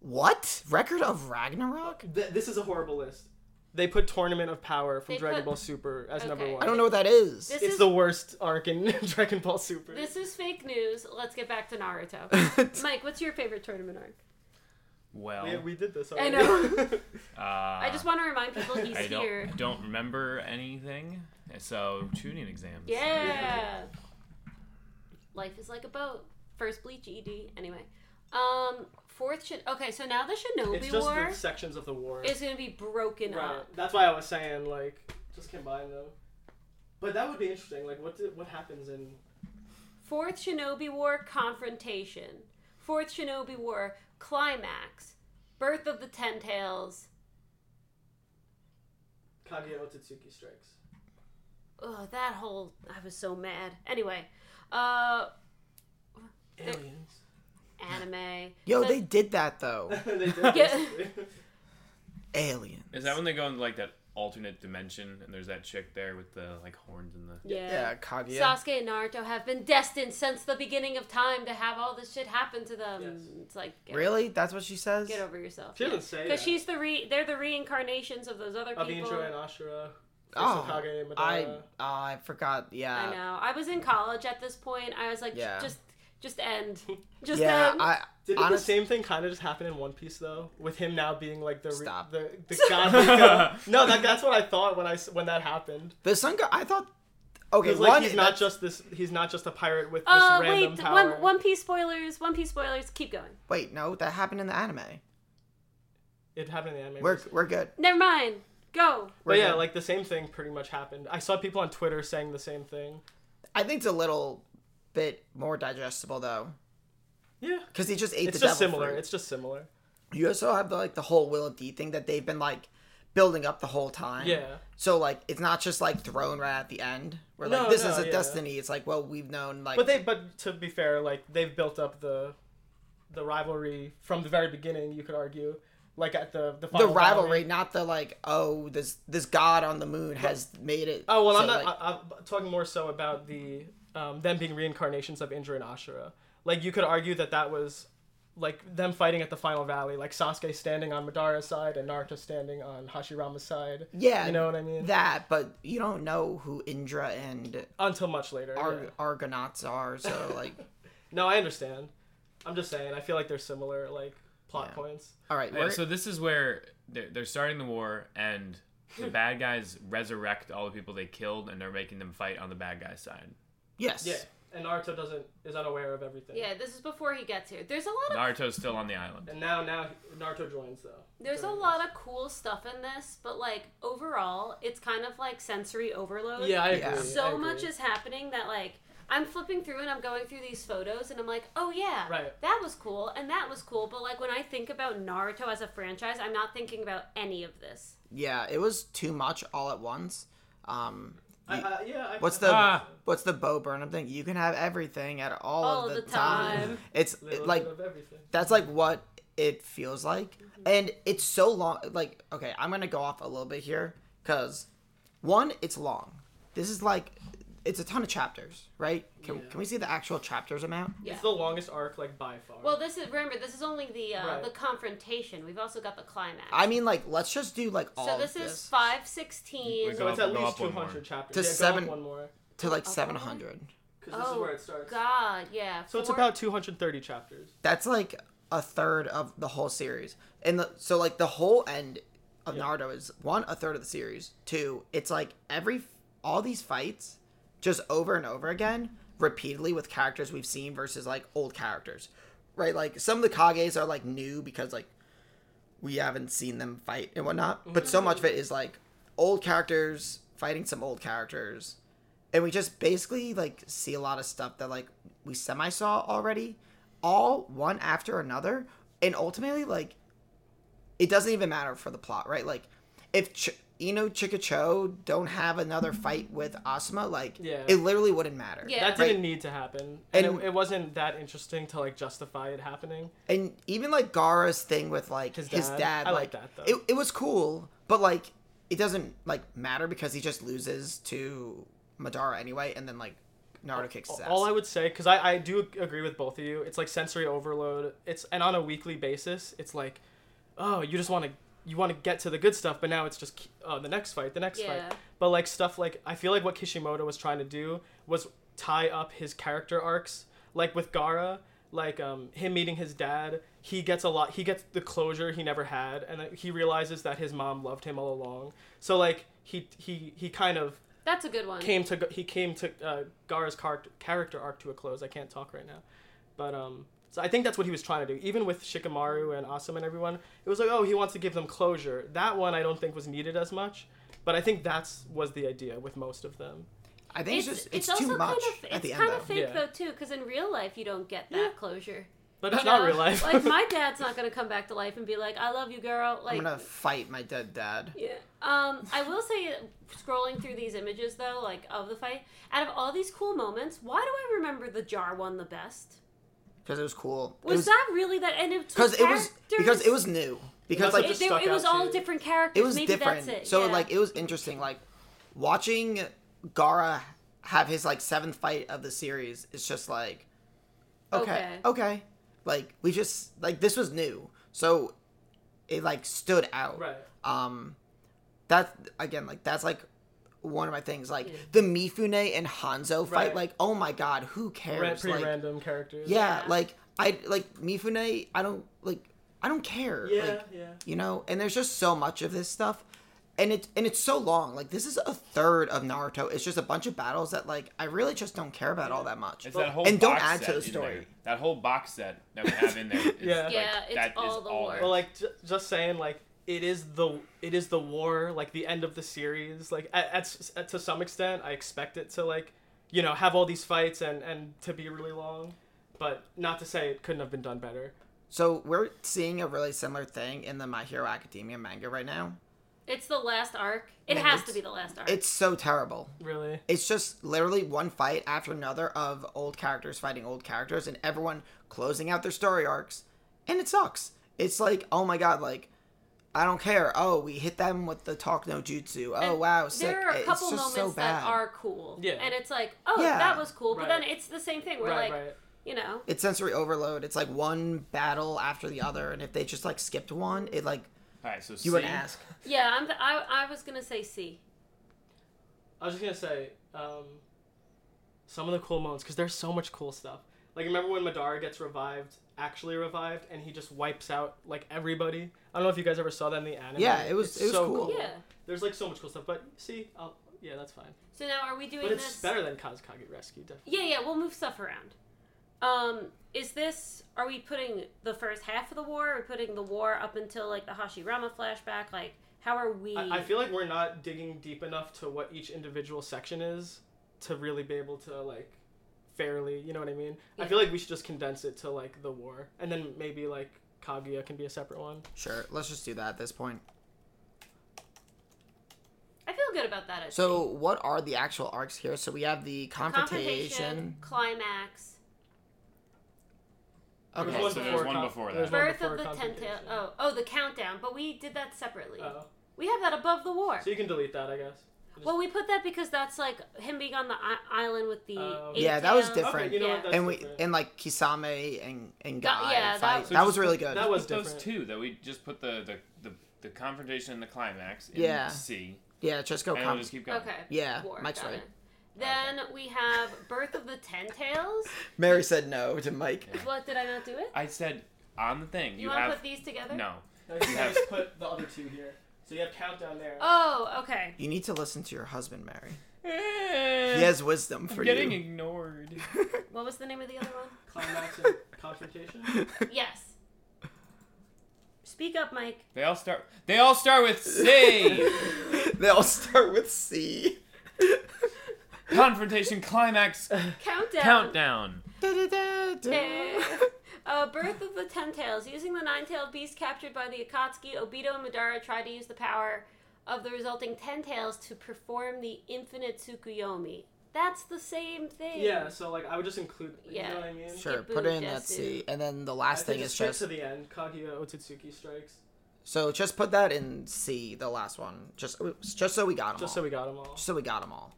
What record of Ragnarok? Th- this is a horrible list. They put Tournament of Power from They Dragon put- Ball Super as number Okay. one. I don't know what that is. This It's is the worst arc in Dragon Ball Super. this is fake news. Let's get back to Naruto. Mike, what's your favorite tournament arc? Well, we, we did this. I Already. know. uh, I just want to remind people he's I don't here. I don't remember anything. So tuning exams. Yeah. Life is like a boat. First bleach ED. Anyway. Um fourth should okay, so now the it's Shinobi just War the sections of the war. is gonna be broken right. up. That's why I was saying like just combine them. But that would be interesting. Like what did, what happens in Fourth Shinobi War confrontation. Fourth Shinobi War climax. Birth of the Ten Tails. Kaguya Otsutsuki strikes? Oh, that whole I was so mad. Anyway, uh Aliens. anime. Yo, So- they did that though. they did. Yeah. basically. Aliens. Is that when they go into like that alternate dimension and there's that chick there with the like horns and the Yeah, Kaguya. Sasuke and Naruto have been destined since the beginning of time to have all this shit happen to them. Yes. It's like get, really? That's what she says. get over yourself. She doesn't say that. Because she's the re they're the reincarnations of those other of people. Indra and Ashura. Oh, Sakage Madara. I I forgot. I Yeah, know. I was in college at this point. I was like, Yeah. just, just end, just yeah. end. I Didn't honest- the same thing kind of just happen in One Piece though, with him now being like the re- Stop. the the god. Nika. no, that, that's what I thought when I s- when that happened. the sun. God, I thought. Okay, Because one. like he's not that's- just this. He's not just a pirate with this uh, random wait, power. one, One Piece spoilers. One Piece spoilers. Keep going. Wait, no, that happened in the anime. It happened in the anime. We're we're good. Never mind. Go. We're But yeah, good. like the same thing pretty much happened. I saw people on Twitter saying the same thing. I think it's a little bit more digestible though, Yeah, because he just ate it's the just devil similar. fruit. It's just similar. You also have the, like the whole Will of D thing that they've been like building up the whole time. Yeah. So like it's not just like thrown right at the end. Where like No, this no, is a yeah. destiny. It's like well we've known like But they, but to be fair, like they've built up the, the rivalry from the very beginning. You could argue, like at the the, the final rivalry, bounty. not the like oh this this god on the moon has made it. Oh well, I'm So, not. like- I, I'm talking more so about the um, them being reincarnations of Indra and Ashura. Like you could argue that that was like them fighting at the final valley, like Sasuke standing on Madara's side and Naruto standing on Hashirama's side. yeah, you know what I mean. That, but you don't know who Indra and Until much later. Ar- yeah. Argonauts are. So like, No, I understand. I'm just saying. I feel like they're similar, like plot Yeah. points. all right, Yeah, we're- so this is where they're, they're starting the war, and the bad guys resurrect all the people they killed, and they're making them fight on the bad guy's side. yes, Yeah, and Naruto doesn't is unaware of everything. Yeah, this is before he gets here. There's a lot of Naruto's still on the island. And now, now Naruto joins though. There's a during lot of cool stuff in this, but like overall, it's kind of like sensory overload. this. Yeah, I agree. Yeah. I So agree. much is happening that like I'm flipping through and I'm going through these photos and I'm like, oh yeah, Right. that was cool and that was cool. But like when I think about Naruto as a franchise, I'm not thinking about any of this. yeah. It was too much all at once. Um, I, I, Uh, yeah. I, What's I- the Ah. what's the Bo Burnham thing? You can have everything at all, All of of the, the time. time. It's little bit like of everything. that's like what it feels like, and it's so long. Like okay, I'm gonna go off a little bit here because one, it's long. This is like it's a ton of chapters, right? Can, Yeah. can we see the actual chapters amount? Yeah. It's the longest arc, like by far. Well, this is remember this is only the uh, Right. the confrontation. We've also got the climax. I mean, like let's just do like all so this of is this five sixteen. We so Go it's up- at go least up one more. 200 chapters. To yeah, go up seven- one more. to like Okay. 700. Because this is Oh where it starts. God, yeah. So it's four- about 230 chapters. That's like a third of the whole series. And the, so like the whole end of Naruto is one a third of the series. Two, it's like every all these fights just over and over again repeatedly with characters we've seen versus like old characters. Right? Like some of the Kages are like new because like we haven't seen them fight and whatnot. But so much of it is like old characters fighting some old characters. And we just basically like see a lot of stuff that like we semi saw already, all one after another. And ultimately, like, it doesn't even matter for the plot, right? Like, if Ch- Ino Chikacho don't have another fight with Asuma, like, Yeah. it literally wouldn't matter. Yeah. That Right. didn't need to happen, and, And- it, it wasn't that interesting to like justify it happening. and even like Gara's thing with like his His dad, dad? I like like, that, though. It, it was cool, but like it doesn't like matter because he just loses to Madara anyway, and then like Naruto kicks his ass. All I would say, because I, I do agree with both of you, it's like sensory overload. It's and on a weekly basis, it's like, oh, you just want to you want to get to the good stuff, but now it's just uh, the next fight, the next Yeah. fight. But like stuff like I feel like what Kishimoto was trying to do was tie up his character arcs, like with Gara, like um, him meeting his dad. He gets a lot. He gets the closure he never had, and then he realizes that his mom loved him all along. So like he he he kind of That's a good one. came to he came to uh, Gara's car- character arc to a close. I can't talk right now, but um, so I think that's what he was trying to do. Even with Shikamaru and Asuma and everyone, it was like, oh, he wants to give them closure. That one I don't think was needed as much, but I think that's was the idea with most of them. I think it's, just it's, too much Kind of, at the it's end kind though. of fake Yeah. though too, because in real life you don't get that closure. But it's You not know? real life. like my dad's not gonna come back to life and be like, "I love you, girl." Like, I'm gonna fight my dead dad. yeah. Um, I will say, scrolling through these images though, like of the fight, out of all these cool moments, why do I remember the jar one the best? because it was cool. Was, that really that? And it because it was because it was new That's because what like it, just they- stuck it was out to all you. different characters. it was Maybe different. That's it. So yeah. like it was interesting. Like watching Gara have his like seventh fight of the series is just like okay, okay. Okay. Like we just like this was new, so it like stood out. right. Um, that again, like that's like one of my things. Like Yeah. the Mifune and Hanzo fight. Right. Like, oh my god, who Ra- cares? pretty like, random characters. yeah, Yeah. like I like Mifune. I don't like. I don't care. Yeah, Like, yeah. you know. And there's just so much of this stuff, and it's and it's so long. Like this is a third of Naruto. It's just a bunch of battles that like I really just don't care about all that much. It's that whole and don't box add to set the in story. there. That whole box set that we have in there. Is Yeah. like, Yeah, it's that is all the war. there. Well, like j- just saying, like it is the it is the war, like the end of the series. Like at, at, s- at- to some extent, I expect it to like you know have all these fights and and to be really long, but not to say it couldn't have been done better. So we're seeing a really similar thing in the My Hero Academia manga right now. It's the last arc. It Man, has it's- to be the last arc. It's so terrible. Really, It's just literally one fight after another of old characters fighting old characters and everyone closing out their story arcs. And it sucks. It's like, oh my god, like, I don't care. Oh, we hit them with the talk no jutsu. Oh, And wow, sick. There are a It's couple just moments so bad. that are cool. Yeah. And it's like, oh, Yeah. that was cool. But Right. then it's the same thing. We're like, right, right. you know, It's sensory overload. It's like one battle after the other. And if they just like skipped one, it like, all right, so you wouldn't C, ask. yeah. I'm. The, I I was gonna say C. I was just gonna say um, some of the cool moments because there's so much cool stuff. Like remember when Madara gets revived, actually revived, and he just wipes out like everybody. I don't know if you guys ever saw that in the anime. Yeah, it was- It's it was cool. Yeah. There's like so much cool stuff, but see, I'll, yeah, that's fine. So now are we doing But it's this? better than Kazukage Rescue, definitely. Yeah, yeah. We'll move stuff around. Um, is this? Are we putting the first half of the war? Are we putting the war up until like the Hashirama flashback? Like, how are we? I, I feel like we're not digging deep enough to what each individual section is to really be able to like fairly, you know what I mean? I Yeah. feel like we should just condense it to like the war, and then maybe like Kaguya can be a separate one. Sure, let's just do that at this point. I feel good about that. I'd So, what are the actual arcs here? So, we have the say. confrontation. climax, Okay. There's one So there's before one Ka- before there's that. one birth before of the ten tail. Confrontation. Oh, oh, the countdown. But we did that separately. Oh. We have that above the war. So you can delete that, I guess. Well, we put that because that's like him being on the I- island with the. Oh. eight Yeah, that was tails. different. Okay, you know Yeah. what? That's and we different. and like Kisame and and That- Guy yeah, that- fight. So That, just was really good. that was Put those different. two that we just put the the, the, the confrontation and the climax in Yeah. Oh, C, yeah, just go and we'll com- just keep going. Okay. Yeah, War, Mike's got right. it. Then we have Birth of the Ten Tails. Mary said no to Mike. What did I not do it? I said on the thing. You, You, want to have put these together? no. No, you You can have- just put the other two here. So you have countdown there. Oh, okay. You need to listen to your husband, Mary. He Yes. has wisdom for getting you. ignored. What was the name of the other one? Climax and confrontation. Yes. Speak up, Mike. They all start. They all start with C. they all start with C. confrontation climax Countdown. countdown. Da-da-da-da. Eh. Uh, Birth of the Ten Tails. Using the nine tailed beast captured by the Akatsuki, Obito and Madara try to use the power of the resulting ten tails to perform the infinite Tsukuyomi. That's the same thing. yeah. So like I would just include. Yeah. You know what I mean? Sure, Skip put in Boo that Desu. C, and then the I last think thing it's is straight just to the end. Kaguya Otsutsuki strikes. so just put that in C, the last one, just just so we got them Just all. so we got them all. just so we got them all.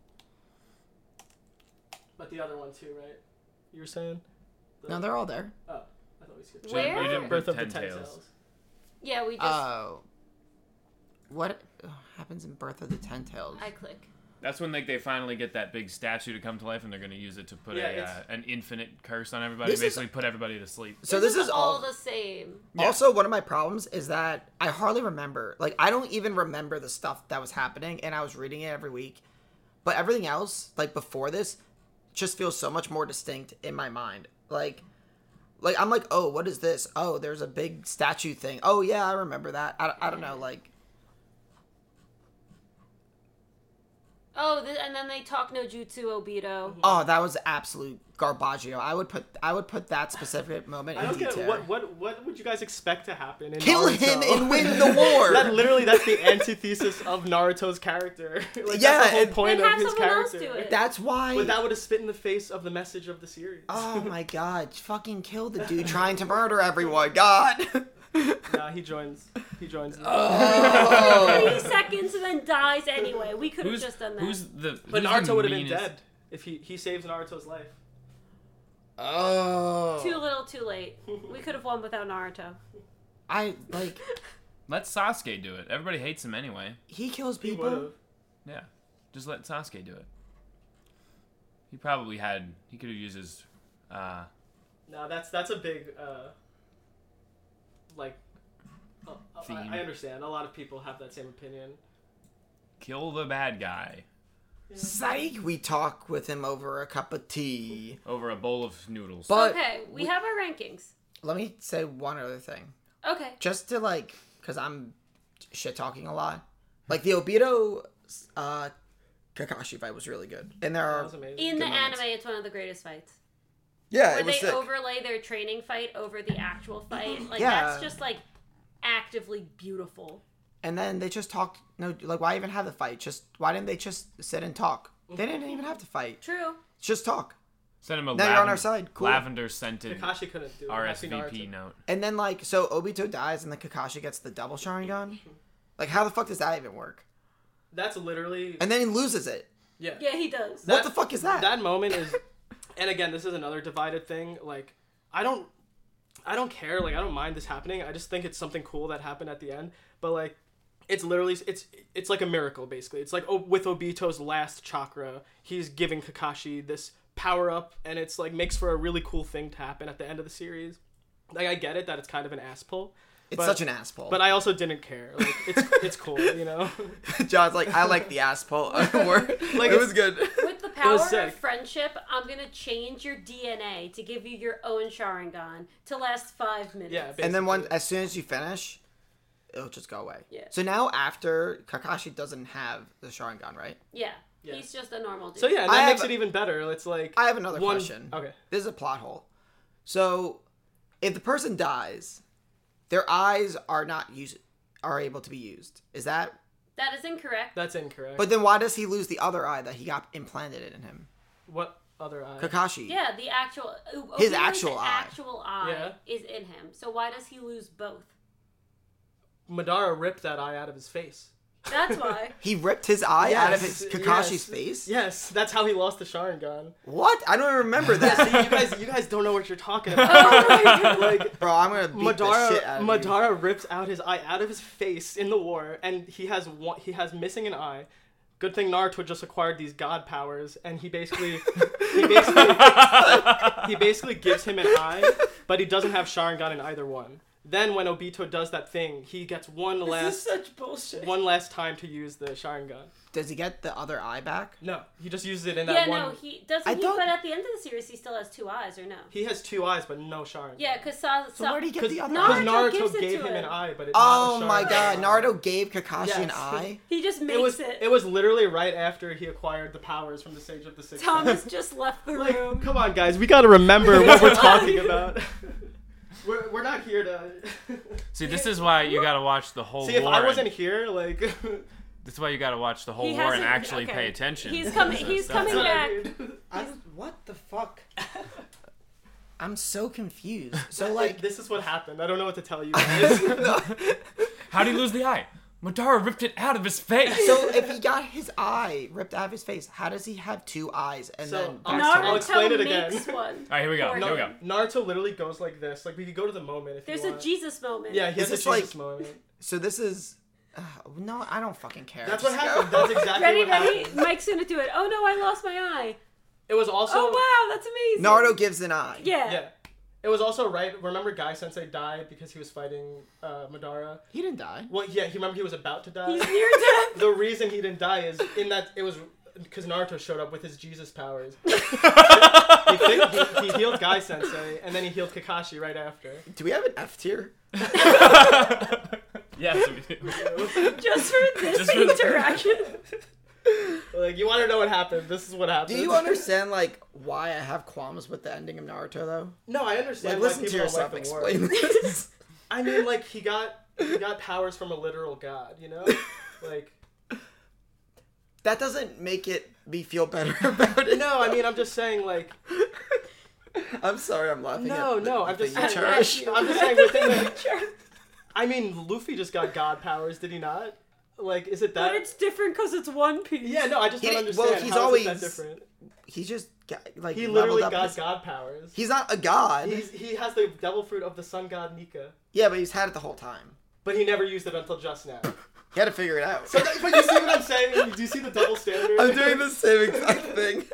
But the other one too, right? You were saying? The- No, they're all there. Oh, I thought we skipped. Where? You didn't Birth put Birth of the Ten ten tails. Tails. Yeah, we just. Oh, what happens in Birth of the Ten Tails? I click. That's when like they finally get that big statue to come to life, and they're going to use it to put Yeah, a, it's- uh, an infinite curse on everybody, This is- basically put everybody to sleep. So this, is, all. the same. Yeah. Also, one of my problems is that I hardly remember. Like, I don't even remember the stuff that was happening, and I was reading it every week. But everything else, like before this, just feels so much more distinct in my mind. Like, like I'm like, oh, what is this? Oh, there's a big statue thing. Oh yeah, I remember that. I, I don't know. Like, Oh, th- and then they talk no jutsu Mm-hmm. Obito. oh, that was absolute garbaggio. I would put I would put that specific moment I in don't get detail. what what what would you guys expect to happen? In Kill Naruto? him and win the war. that literally that's the antithesis of Naruto's character. like, Yeah, that's the whole and- point Then of have his someone else character. do it. That's why. But that would have spit in the face of the message of the series. Oh my god, fucking kill the dude trying to murder everyone. God. nah, he joins. He joins. Oh. Thirty seconds and then dies anyway. We could have Who's just done that. who's the but who's Naruto the would have been meanest- dead if he he saves Naruto's life. Too Oh. little, too late. We could have won without Naruto. I like Let Sasuke do it. Everybody hates him anyway. he kills He would have. people. Yeah. Just let Sasuke do it. He probably had. He could have used his. Uh, No, that's that's a big uh, like. uh, I- Theme. I understand. A lot of people have that same opinion. kill the bad guy Psych, we talk with him over a cup of tea. over a bowl of noodles. But- okay, we, we- have our rankings. Let me say one other thing. Okay. Just to like, because I'm shit talking a lot. Like the Obito uh, Kakashi fight was really good. And there That are. was amazing. In the moments. anime, it's one of the greatest fights. Yeah, Where it was they sick. overlay their training fight over the actual fight. Like, Yeah. that's just like actively beautiful. and then they just talked. No, like, why even have the fight? Just Why didn't they just sit and talk? They didn't even have to fight. True. Just talk. Send him a Now lavender, you're on our side, cool. lavender scented Kakashi couldn't do it. Happy RSVP Naruto. note. And then, like, so Obito dies and then Kakashi gets the double Sharingan? Like, how the fuck does that even work? That's literally And then he loses it. yeah. Yeah, he does. What the fuck is that? That moment is, and again, this is another divided thing. Like, I don't, I don't care. Like, I don't mind this happening. I just think it's something cool that happened at the end. But like, it's literally, it's, it's like a miracle basically. It's like oh, with Obito's last chakra, he's giving Kakashi this power up, and it's like makes for a really cool thing to happen at the end of the series. Like, I get it that it's kind of an ass pull. it's but- such an ass pull. But I also didn't care. Like, it's it's cool, you know. John's like, I like the ass pull. word. Like, it it's- was good. With the power of sick. friendship, I'm gonna change your DNA to give you your own Sharingan to last five minutes. Yeah. And then one, basically. as soon as you finish, it'll just go away. Yeah. So now after Kakashi doesn't have the Sharingan, right? yeah. Yeah. He's just a normal dude. So yeah, that I makes have- it even better. It's like I have another one- question. Okay. This is a plot hole. So if the person dies, their eyes are not used, are able to be used. Is that? That is incorrect. That's incorrect. But then why does he lose the other eye that he got implanted in him? What other eye? Kakashi. yeah, the actual O- His Obito's actual eye. actual eye is in him. So why does he lose both? Madara ripped that eye out of his face. That's why. He ripped his eye out of Yes, his Kakashi's yes, face. Yes, that's how he lost the Sharingan. What? I don't remember See, that. you guys, you guys don't know what you're talking about. Oh like Bro, I'm gonna beat Madara, the shit out of you. Madara rips out his eye out of his face in the war, and he has one, he has missing an eye. Good thing Naruto just acquired these god powers, and he basically, he basically, he basically gives him an eye, but he doesn't have Sharingan in either one. Then when Obito does that thing, he gets one last, such bullshit. one last time to use the Sharingan. Does he get the other eye back? No, he just uses it in Yeah, that one. no, he doesn't. I he, thought- but at the end of the series, he still has two eyes, or no? He has two eyes, but no Sharingan. Yeah, because Sa- So Sa- where did he get because the other Naruto eye? Naruto gives it gave to him an him. eye, but it's Oh not a my Sharingan. god, Naruto gave Kakashi an Yes. eye? he just makes It it. was it was literally right after he acquired the powers from the Sage of the Six. Thomas just left the like, room. come on, guys, we gotta remember what we're talking about. we're, we're not here to See, this is why you gotta watch the whole see. If war. I and- wasn't here, like That's why you gotta watch the whole He war and hasn't- actually okay. pay attention. He's coming- he's That's- coming what back. I mean. I, what the fuck? I'm so confused. So like, this is what happened. I don't know what to tell you. Guys. How do you lose the eye? Madara ripped it out of his face. so if he got his eye ripped out of his face, how does he have two eyes and So, then um, Naruto I'll back to life? explain it again. makes one. All right, here we go. Or- Here we go. Naruto literally goes like this. Like we could go to the moment if There's you a want. Jesus moment. Yeah, he has Is a this Jesus like- moment. So this is. Uh, no, I don't fucking care. That's what Just go. happened. That's exactly Ready, what ready? happened. Mike's gonna do it. Oh no, I lost my eye. It was also Oh wow, that's amazing. Naruto gives an eye. Yeah. Yeah. It was also right. Remember, Guy Sensei died because he was fighting uh, Madara. He didn't die. Well, yeah, he remember he was about to die. He's near death. the reason he didn't die is in that it was because Naruto showed up with his Jesus powers. he, fi- he, he healed Guy Sensei, and then he healed Kakashi right after. Do we have an F tier? Yes. we do. Just for this Just for- interaction. Like, you want to know what happened? This is what Do happened. you understand like why I have qualms with the ending of Naruto though? No, I Like, understand. why listen to people don't yourself. like the war. explain this. I mean, like he got he got powers from a literal god. You know, like. that doesn't make it me feel better about it. No, I mean I'm just saying like I'm sorry, I'm laughing. No, at the, no, I'm the just saying- cherish. I'm just saying within the I mean, Luffy just got god powers, did he not? Like, is it But that? it's different because it's One Piece. Yeah, no, I just He don't didn't- well, understand. he's How is it always- that different. He just got, like He leveled literally up. got his- god powers. He's not a god. He's, he has the devil fruit of the sun god Nika, yeah, but he's had it the whole time. but he never used it until just now. You had to figure it out. So that, but you see what I'm saying? Do you see the double standard? I'm doing the same exact thing.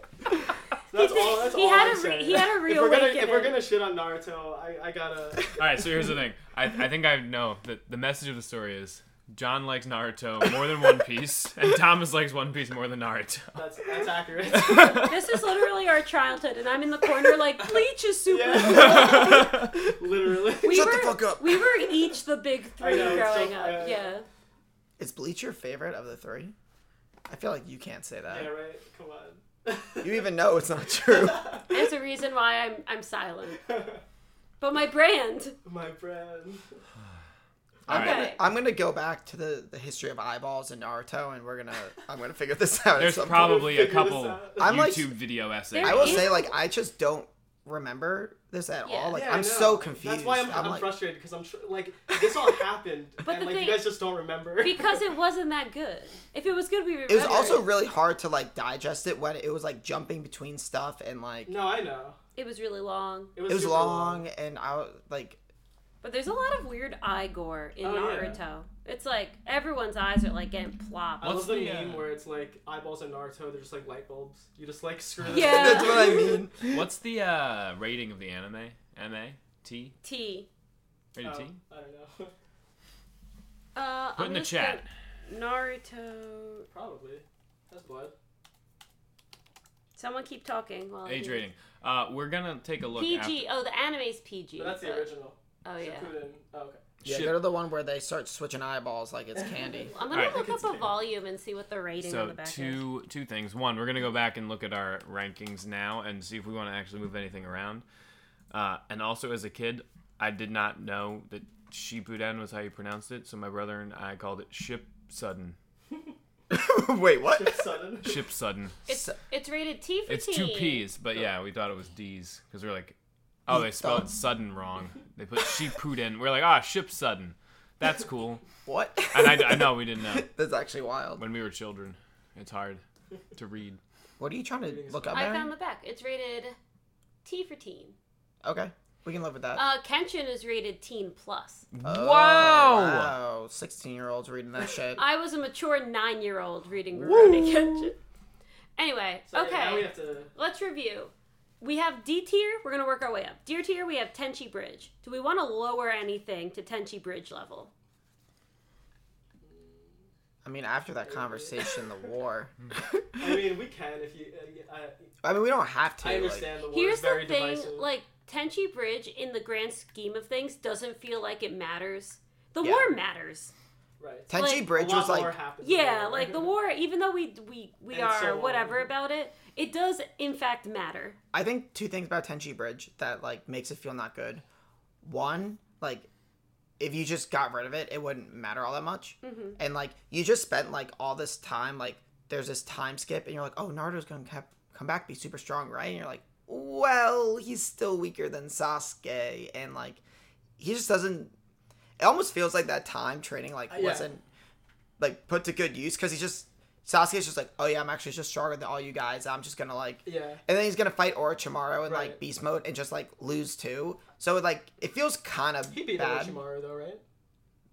That's all. That's He all had I'm a re- saying. he had a If we're gonna, if reawakening. we're gonna shit on Naruto, I, I gotta. All right, so here's the thing. I, I think I know that the message of the story is John likes Naruto more than One Piece, and Thomas likes One Piece more than Naruto. That's that's accurate. This is literally our childhood, and I'm in the corner like Bleach is super. Yeah. I Literally. We Shut were the fuck up. we were each the big three I know, it's growing so- up. yeah, yeah. yeah. Is Bleach your favorite of the three? I feel like you can't say that. yeah. Right. Come on. You even know it's not true. there's a reason why I'm I'm silent. But my brand. My friend. I'm, Alright. gonna, I'm gonna go back to the, the history of eyeballs in Naruto, and we're gonna I'm gonna figure this out. at There's some point. probably a Figure this couple out. I'm YouTube like- video essays. I will Is- say like I just don't remember this at Yeah. all. Like Yeah, I I'm know. so confused. That's why I'm, I'm, like, frustrated because I'm tr- like this all happened, But and the like thing- you guys just don't remember. Because it wasn't that good. If it was good, we remember. it was also really hard to like digest it when it was like jumping between stuff and like no, I know. it was really long. It was, it was super long and I was like But there's a lot of weird eye gore in Oh, yeah. Naruto. It's like everyone's eyes are like getting plopped. I What's love the, the, meme uh, where it's like eyeballs in Naruto. They're just like light bulbs. You just like screw. Yeah. that's what I mean. What's the uh, rating of the anime? M A T T. rated Oh, T. I don't know. Uh, Put I'm in the just chat. gonna- Naruto. Probably. That's blood. Someone keep talking while I Age do- rating. Uh, we're gonna take a look. PG. Oh, the anime's PG. No, that's the but- original. Oh yeah. Shippuden. Oh, okay. Yeah, Ship- they're the one where they start switching eyeballs like it's candy. I'm gonna Alright. look up It's a two. volume and see what the rating on So the back is. two two things. One, we're gonna go back and look at our rankings now and see if we want to actually move anything around. Uh, and also, as a kid, I did not know that Shippuden was how you pronounced it, so my brother and I called it Ship Sudden. Wait, what? Just sudden. Ship Sudden. It's it's rated T for It's teen. two P's, but yeah, we thought it was D's because we are like, oh, they spelled sudden wrong. They put Shippuden. We're like, ah, Ship Sudden. That's cool. What? And I, I know we didn't know That's actually wild. when we were children. It's hard to read. What are you trying to look up? I Aaron? found the back. It's rated T for teen. Okay, we can live with that. Uh, Kenshin is rated teen plus. Oh, wow. Wow, 16 year olds reading that shit. I was a mature nine year old reading Rurouni Kenshin. Anyway, So, yeah, okay. now we have to. Let's review. We have D tier. We're gonna work our way up. D tier. We have Tenchi Bridge. Do we want to lower anything to Tenchi Bridge level? I mean, after that conversation, the war. I mean, we can if you. Uh, I mean, we don't have to. I, I like- understand the word. Here's very the thing. divisive. Like Tenchi Bridge, in the grand scheme of things, doesn't feel like it matters. The Yeah. war matters. right. Tenchi like, Bridge a lot was like, more happens in Yeah, war. like the war. Even though we we we And it's are so long. whatever about it, it does in fact matter. I think two things about Tenchi Bridge that like makes it feel not good. One, like if you just got rid of it, it wouldn't matter all that much. And like you just spent like all this time, like there's this time skip, and you're like, oh, Naruto's gonna cap- come back, be super strong, right? And you're like, well, he's still weaker than Sasuke, and like he just doesn't. It almost feels like that time training like yeah. wasn't like put to good use because he's just Sasuke's just like, oh yeah, I'm actually just stronger than all you guys. I'm just gonna like Yeah. and then he's gonna fight Orochimaru in like Right. beast mode and just like lose two. So it, like it feels kind of He beat bad. Orochimaru though, right?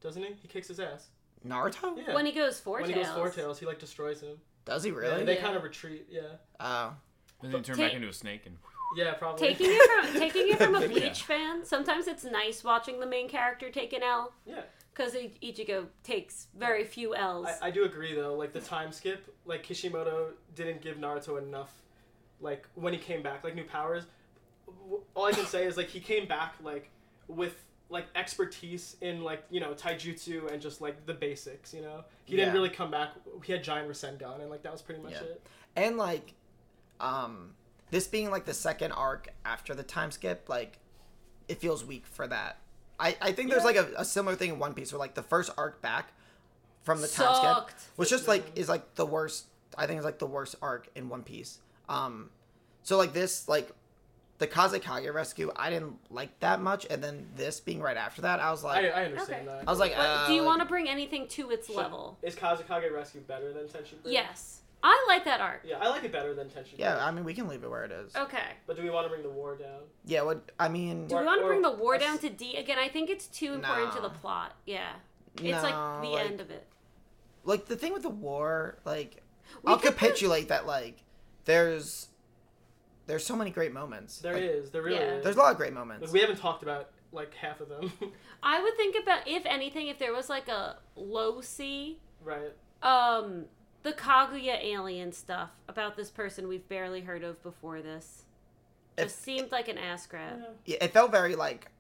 Doesn't he? He kicks his ass. Naruto? Yeah. When he goes four When he goes four tails, he like destroys him. Does he Yeah, really? they Yeah. kind of retreat. Yeah. Oh, Then you turn Take- back into a snake and. Yeah, probably. Taking it from taking it from a Yeah. Bleach fan, sometimes it's nice watching the main character take an L. yeah. because Ichigo takes very few L's. I, I do agree though. Like the time skip, like Kishimoto didn't give Naruto enough. Like when he came back, like new powers. W- All I can say is like he came back like with like expertise in like you know taijutsu and just like the basics. You know, he didn't Yeah. really come back. He had giant Rasengan and like that was pretty much Yeah. it. and like, um, this being like the second arc after the time skip, like it feels weak for that. I I think there's like a, a similar thing in One Piece where like the first arc back from the time skip Sucked. was just like is like the worst. I think it's like the worst arc in One Piece. Um, so like this like the Kazekage rescue, I didn't like that much, and then this being right after that, I was like, I, I, I understand Okay. that. was like, But uh, do you like- want to bring anything to its level? Is Kazekage Rescue better than Tenshi? Bridge? Yes, I like that arc. Yeah, I like it better than Tenshi. Yeah, Bridge. I mean, we can leave it where it is. Okay. But do we want to bring the war down? Yeah, what I mean, Do we Or- want to or bring the war a s- down to D again? I think it's too important to No. the plot. Yeah, it's No, like the like- end of it. like the thing with the war, like We I'll could put- capitulate that like there's there's so many great moments. There Like, is. There really Yeah. is. There's a lot of great moments. Like, we haven't talked about like half of them. I would think about if anything, if there was like a low C, right. um, the Kaguya alien stuff about this person we've barely heard of before this. If- Just seemed like an ass grab. Yeah. Yeah, it felt very like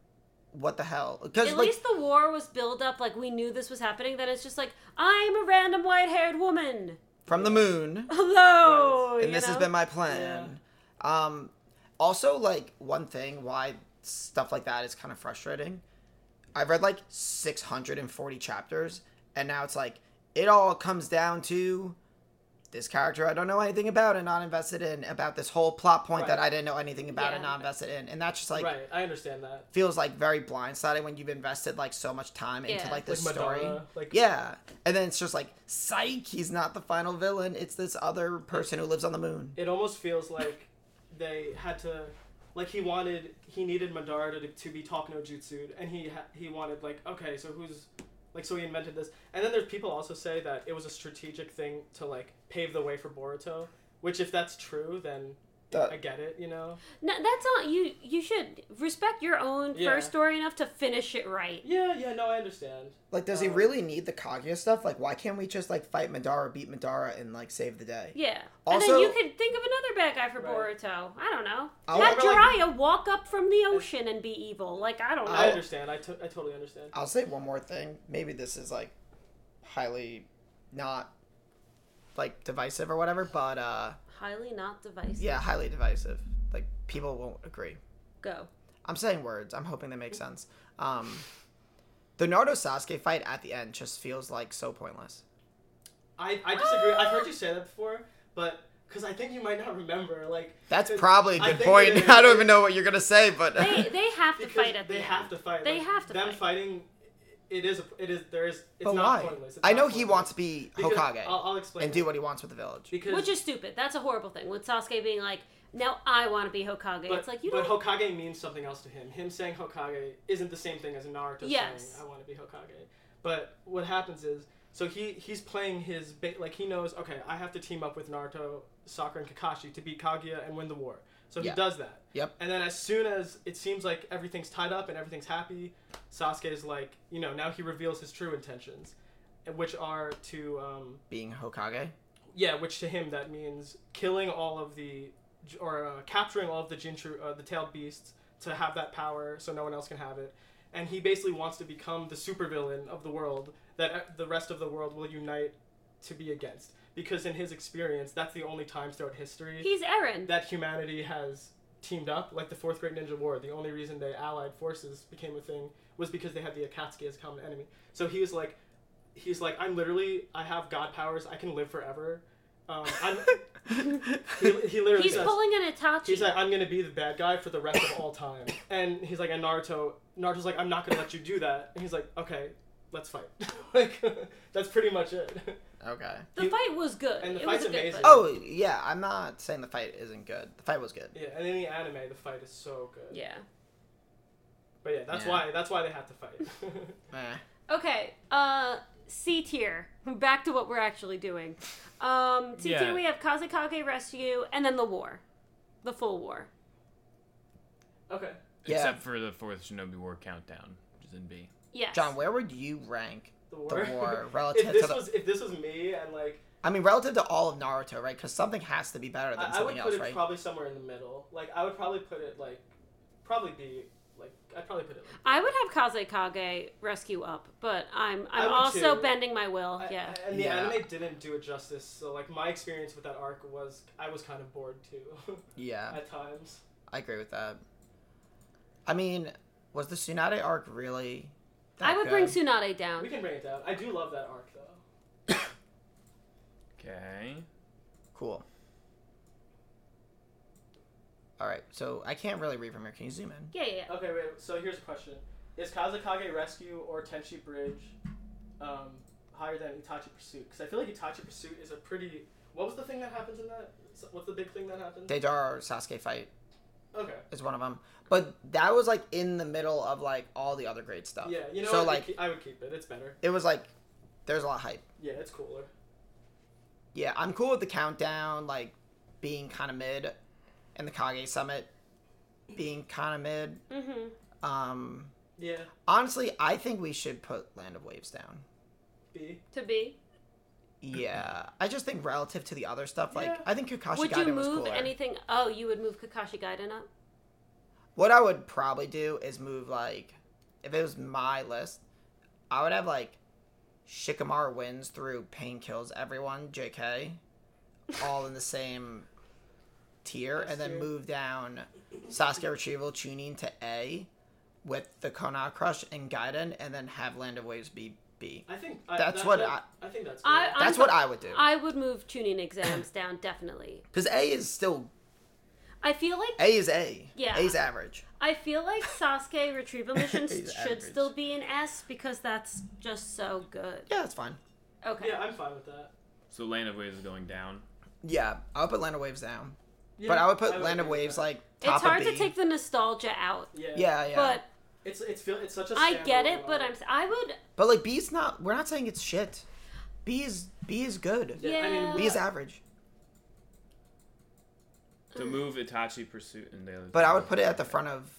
what the hell? Because At like least the war was built up like we knew this was happening. Then it's just like I'm a random white-haired woman. from the moon, Hello. and you this has know? been my plan. Um, also like one thing why stuff like that is kind of frustrating. I've read like 640 chapters, and now it's like it all comes down to this character I don't know anything about and not invested in, about this whole plot point that Right. I didn't know anything about and Yeah. not invested in, and that's just like right. I understand that. feels like very blindsided when you've invested like so much time into Yeah. like this like Madara. story. Like Yeah, and then it's just like, psych, he's not the final villain. It's this other person who lives on the moon. it almost feels like they had to like he wanted he needed Madara to, to be talk no jutsu and he ha- he wanted like okay so who's like so he invented this and then there's people also say that it was a strategic thing to like pave the way for Boruto which if that's true then That- I get it you know No, that's not you. You should respect your own Yeah. first story enough to finish it right. yeah yeah no I understand Like, does he Um, really need the Kaguya stuff? Like, why can't we just like fight Madara, beat Madara, and like save the day? Yeah. Also- and then you could think of another bad guy for Right. Boruto. I don't know. I Have remember, like- Jiraiya walk up from the ocean and be evil. Like I don't know. I I'll- understand I, to- I totally understand I'll say one more thing. Maybe this is like highly not like divisive or whatever, but uh Highly not divisive. yeah, highly divisive. Like people won't agree. Go. I'm saying words. I'm hoping they make sense. Um the Naruto Sasuke fight at the end just feels like so pointless. I, I disagree I've heard you say that before but because I think you might not remember like That's it- probably a I good think it point. is. I don't even know what you're gonna say, but They they have to Because fight at they the have end. to fight. They Like, have to them fight. fighting. It is. a- It is. There is. It's but not why? pointless. It's I not know he pointless. wants to be Because- Hokage I'll, I'll explain. and do what he wants with the village. Because Which is stupid. That's a horrible thing. With Sasuke being like, now I want to be Hokage. but, it's like you but don't. Hokage means something else to him. Him saying Hokage isn't the same thing as Naruto Yes. saying I want to be Hokage. But what happens is, so he he's playing his ba- like he knows. Okay, I have to team up with Naruto, Sakura, and Kakashi to beat Kaguya and win the war. So Yeah. he does that. Yep. And then as soon as it seems like everything's tied up and everything's happy, Sasuke is like, you know, now he reveals his true intentions, and which are to um, Being Hokage. yeah, which to him that means killing all of the, or uh, capturing all of the Jinchu, uh, the tailed beasts, to have that power so no one else can have it. And he basically wants to become the supervillain of the world that uh, the rest of the world will unite to be against. Because in his experience, that's the only time throughout history He's Eren. that humanity has teamed up. Like the Fourth Great Ninja War, the only reason the Allied forces became a thing was because they had the Akatsuki as a common enemy. So he was like, he's like, I'm literally, I have god powers, I can live forever. Um, I'm, he, he literally He's says, pulling an Itachi. he's like, I'm gonna be the bad guy for the rest of all time. And he's like, and Naruto, Naruto's like, I'm not gonna let you do that. And he's like, okay, let's fight. like, that's pretty much it. Okay. the you- fight was good. and the it was fight's a good amazing. Fight. Oh yeah, I'm not saying the fight isn't good. The fight was good. yeah, and in the anime, the fight is so good. Yeah. But yeah, that's Yeah. why that's why they have to fight. Eh. Okay, uh, C tier. Back to what we're actually doing. Um, C tier, Yeah. we have Kazekage Rescue, and then the war. The full war. okay. Yeah. Except for the fourth Shinobi War countdown, which is in B. Yes. John, where would you rank the war. the war relative if to this the? was if this was me and like I mean, relative to all of Naruto, right? Because something has to be better than I, I would something put else, it right? probably somewhere in the middle. Like I would probably put it like probably be like I'd probably put it. Like, I would have Kazekage Rescue up, but I'm I'm I would also too. bending my will. I- yeah. I- and the Yeah. anime didn't do it justice. So like my experience with that arc was I was kind of bored too yeah, at times. I agree with that. I mean, was the Tsunade arc really? I, that would bring good? Tsunade We down. can bring it down. I do love that arc though. Okay. Cool. All right, so I can't really read from here. Can you zoom in? Yeah, yeah, yeah. Okay, wait. So here's a question: Is Kazakage Rescue or Tenchi Bridge um, higher than Itachi Pursuit? Because I feel like Itachi Pursuit is a pretty. What was the thing that happens in that? What's the big thing that happens? Deidara Sasuke fight Okay. is one of them, but that was like in the middle of like all the other great stuff. Yeah, you know, Oh. so what? I like ke- I would keep it. It's better. it was like There's a lot of hype. Yeah, it's cooler. Yeah, I'm cool with the countdown, like being kind of mid, and the Kage Summit being kind of mid. Mm-hmm. Um, Yeah, honestly, I think we should put Land of Waves down. B. To be. Yeah, I just think relative to the other stuff, like Yeah. I think Kakashi would Gaiden you was move cooler. anything? Oh, you would move Kakashi Gaiden up. What I would probably do is move like, if it was my list, I would have like, Shikamaru wins through Pain kills everyone, J.K., all in the same tier, and then tier. move down Sasuke Retrieval tuning to A, with the Kona Crush and Gaiden, and then have Land of Waves be B. I think I, That's what I think that's. I- cool. I'm That's go- what I would do. I would move tuning exams down definitely. Because A is still I feel like A is A. Yeah. A is average. I feel like Sasuke retrieval missions He's should average. still be an S because that's just so good. Yeah, that's fine. Okay. yeah, I'm fine with that. So Land of Waves is going down. Yeah, I would put Land of Waves down, Yeah, but I would put Land of agree with Waves that. like top It's hard of to B. take the nostalgia out, Yeah, Yeah, yeah. but It's it's feel it's such a. I get it. standalone But I'm album. I would But like B's not we're not saying it's shit. B is B is good. Yeah, I Yeah. mean, B is average. To move Itachi Pursuit and the other. Mm. But I would put it at the front of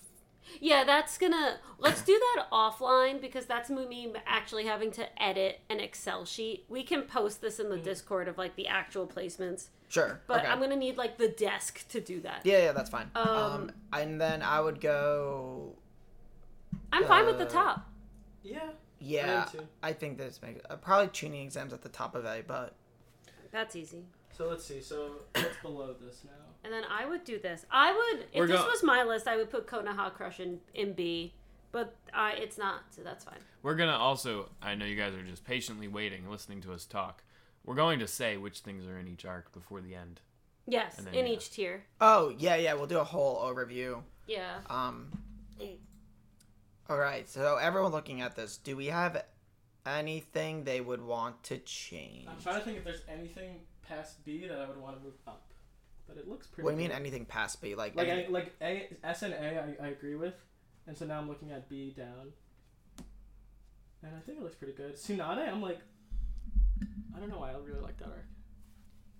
yeah that's gonna let's do that offline because that's me actually having to edit an Excel sheet. We can post this in the Discord of like the actual placements, Sure. but okay. I'm gonna need like the desk to do that. Yeah, yeah, that's fine. Um, Um, and then I would go I'm fine with the Uh, top. Yeah. yeah. too. I think this makes uh, probably tuning exams at the top of A, but That's easy. So let's see. So what's below this now? And then I would do this. I would if We're this go- was my list, I would put Konoha Crush in, in B, but I it's not, so that's fine. We're gonna also. I know you guys are just patiently waiting, listening to us talk. We're going to say which things are in each arc before the end. Yes, And then, in yeah. each tier. oh yeah, yeah, we'll do a whole overview. Yeah. Um All right, so everyone looking at this, do we have anything they would want to change? I'm trying to think if there's anything past B that I would want to move up, but it looks pretty. What do you mean good. anything past B? Like, Like any- I, like A S and A I, I agree with, and so now I'm looking at B down. And I think it looks pretty good. Tsunade, I'm like, I don't know why I really like that arc.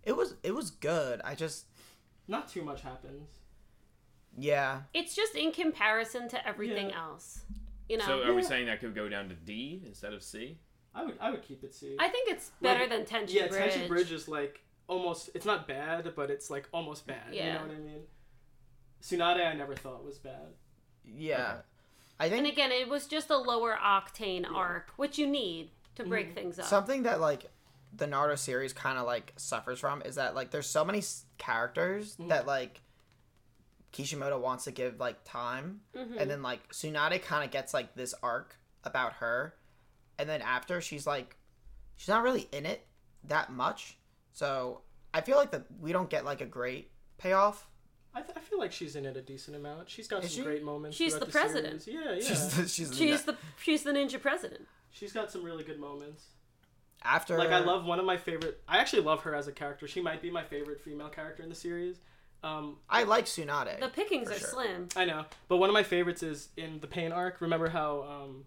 it was it was good. I just Not too much happens. yeah. It's just in comparison to everything Yeah. else. You know. So are we Yeah. saying that could go down to D instead of C? I would I would keep it C. I think it's better Like, than Tenchi yeah, Bridge. Tenchi Bridge is like almost. It's not bad, but it's like almost bad. You Yeah. know what I mean? Tsunade, I never thought was bad. Yeah. Okay. I And think again, it was just a lower octane arc, which you need to break things up. something that like the Naruto series kind of like suffers from is that like there's so many s- characters Mm. that like Kishimoto wants to give like time Mm-hmm. and then like Tsunade kind of gets like this arc about her and then after she's like she's not really in it that much. So I feel like that we don't get like a great payoff. I, th- I feel like she's in it a decent amount. She's got Is some she? great moments. She's throughout the president. series. Yeah, yeah. She's She's, the, she's, the- she's the she's the ninja president. got some really good moments. after Like I love one of my favorite. I actually love her as a character. She might be my favorite female character in the series. Um, I like Tsunade. The pickings For are sure. slim. I know, but one of my favorites is in the Pain arc. Remember how, um,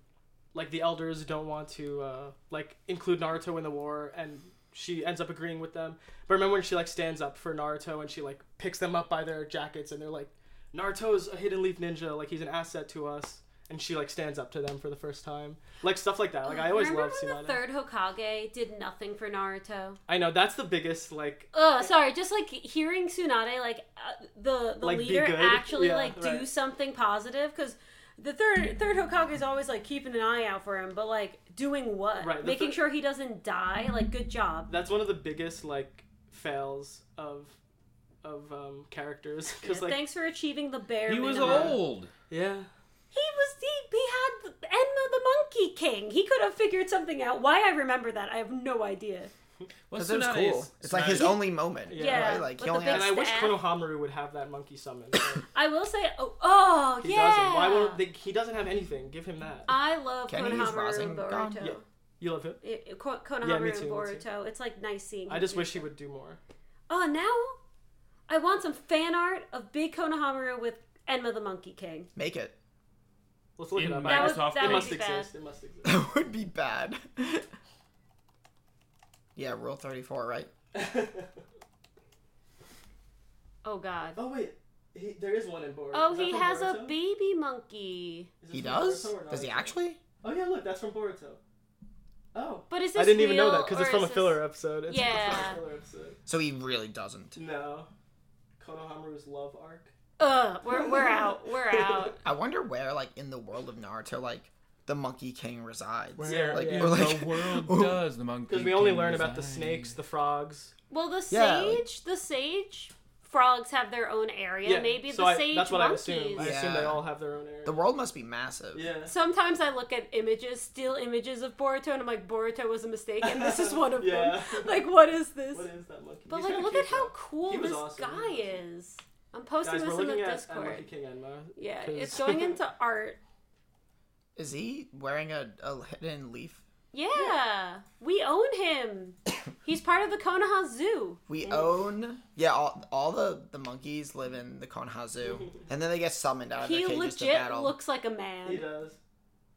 like the elders don't want to uh, like include Naruto in the war, and she ends up agreeing with them. But remember when she like stands up for Naruto and she like picks them up by their jackets, and they're like, "Naruto's a hidden leaf ninja. Like he's an asset to us." And she like stands up to them for the first time, like stuff like that. Like I always Remember love when Tsunade. the third Hokage did nothing for Naruto? I know that's the biggest like Oh, sorry. Just like hearing Tsunade, like uh, the the Like, be leader good? actually Yeah, like do right. something positive because the third third Hokage is always like keeping an eye out for him, but like doing what? Right, the Making thir- sure he doesn't die. Like good job. that's one of the biggest like fails of of um characters because Yeah, like Thanks for achieving the bare. He was minimum. old. yeah He was he, he had the- Enma the Monkey King. He could have figured something out. Why I remember that, I have no idea. What's Because it was cool. It's like his only moment. Yeah. Yeah, Right? Like with he the only big and has I wish Staff. Konohamaru would have that monkey summon. but I will say, oh, oh He yeah. doesn't. Why won't they, he doesn't have anything? Give him that. I love Can he use Konohamaru and Rasengan? Boruto. Yeah. you love him. It- it- Ko- Konohamaru Yeah, me too, and me Boruto. It's like nice seeing. I him just do wish he stuff. would do more. Oh, now I want some fan art of Big Konohamaru with Enma the Monkey King. make it. Let's look In it up. That I would- guess- Microsoft it would must be exist. It must exist. That would be bad. Yeah, Rule 34, right? Oh God. oh wait, he, there is one in Boruto. Oh, Is that he from has a Boruto? baby monkey. Is this He from does? Boruto or not? Does he actually? Oh yeah, look, that's from Boruto. Oh, But is this I didn't even know real, that because or it's from is a this- filler episode. It's Yeah. from a filler episode. So he really doesn't. No, Konohamaru's love arc. Ugh, we're we're out. We're out. I wonder where, like, in the world of Naruto, like, the Monkey King resides. Yeah, like, yeah. or, like, the world or- does the monkey. Because we only king learn about the design. snakes, the frogs. Well, the Yeah, like- sage, the sage frogs have their own area. Maybe so the I- sage That's what monkeys. I assume. I assume they all have their own area. the world must be massive. yeah. Sometimes I look at images, still images of Boruto, and I'm like, Boruto was a mistake, and this is one of Yeah. them. Like, what is this? What is that monkey? but He's like, kinda look cute, at how though. cool He was this awesome. guy is. I'm posting Guys, this we're in the looking at, at Discord. Monkey King Enma. yeah, 'cause- it's going into art. Is he wearing a, a hidden leaf? Yeah, we own him. He's part of the Konoha Zoo. We own, yeah, all, all the, the monkeys live in the Konoha Zoo, and then they get summoned out of He their cages to legit battle. looks like a He man. does.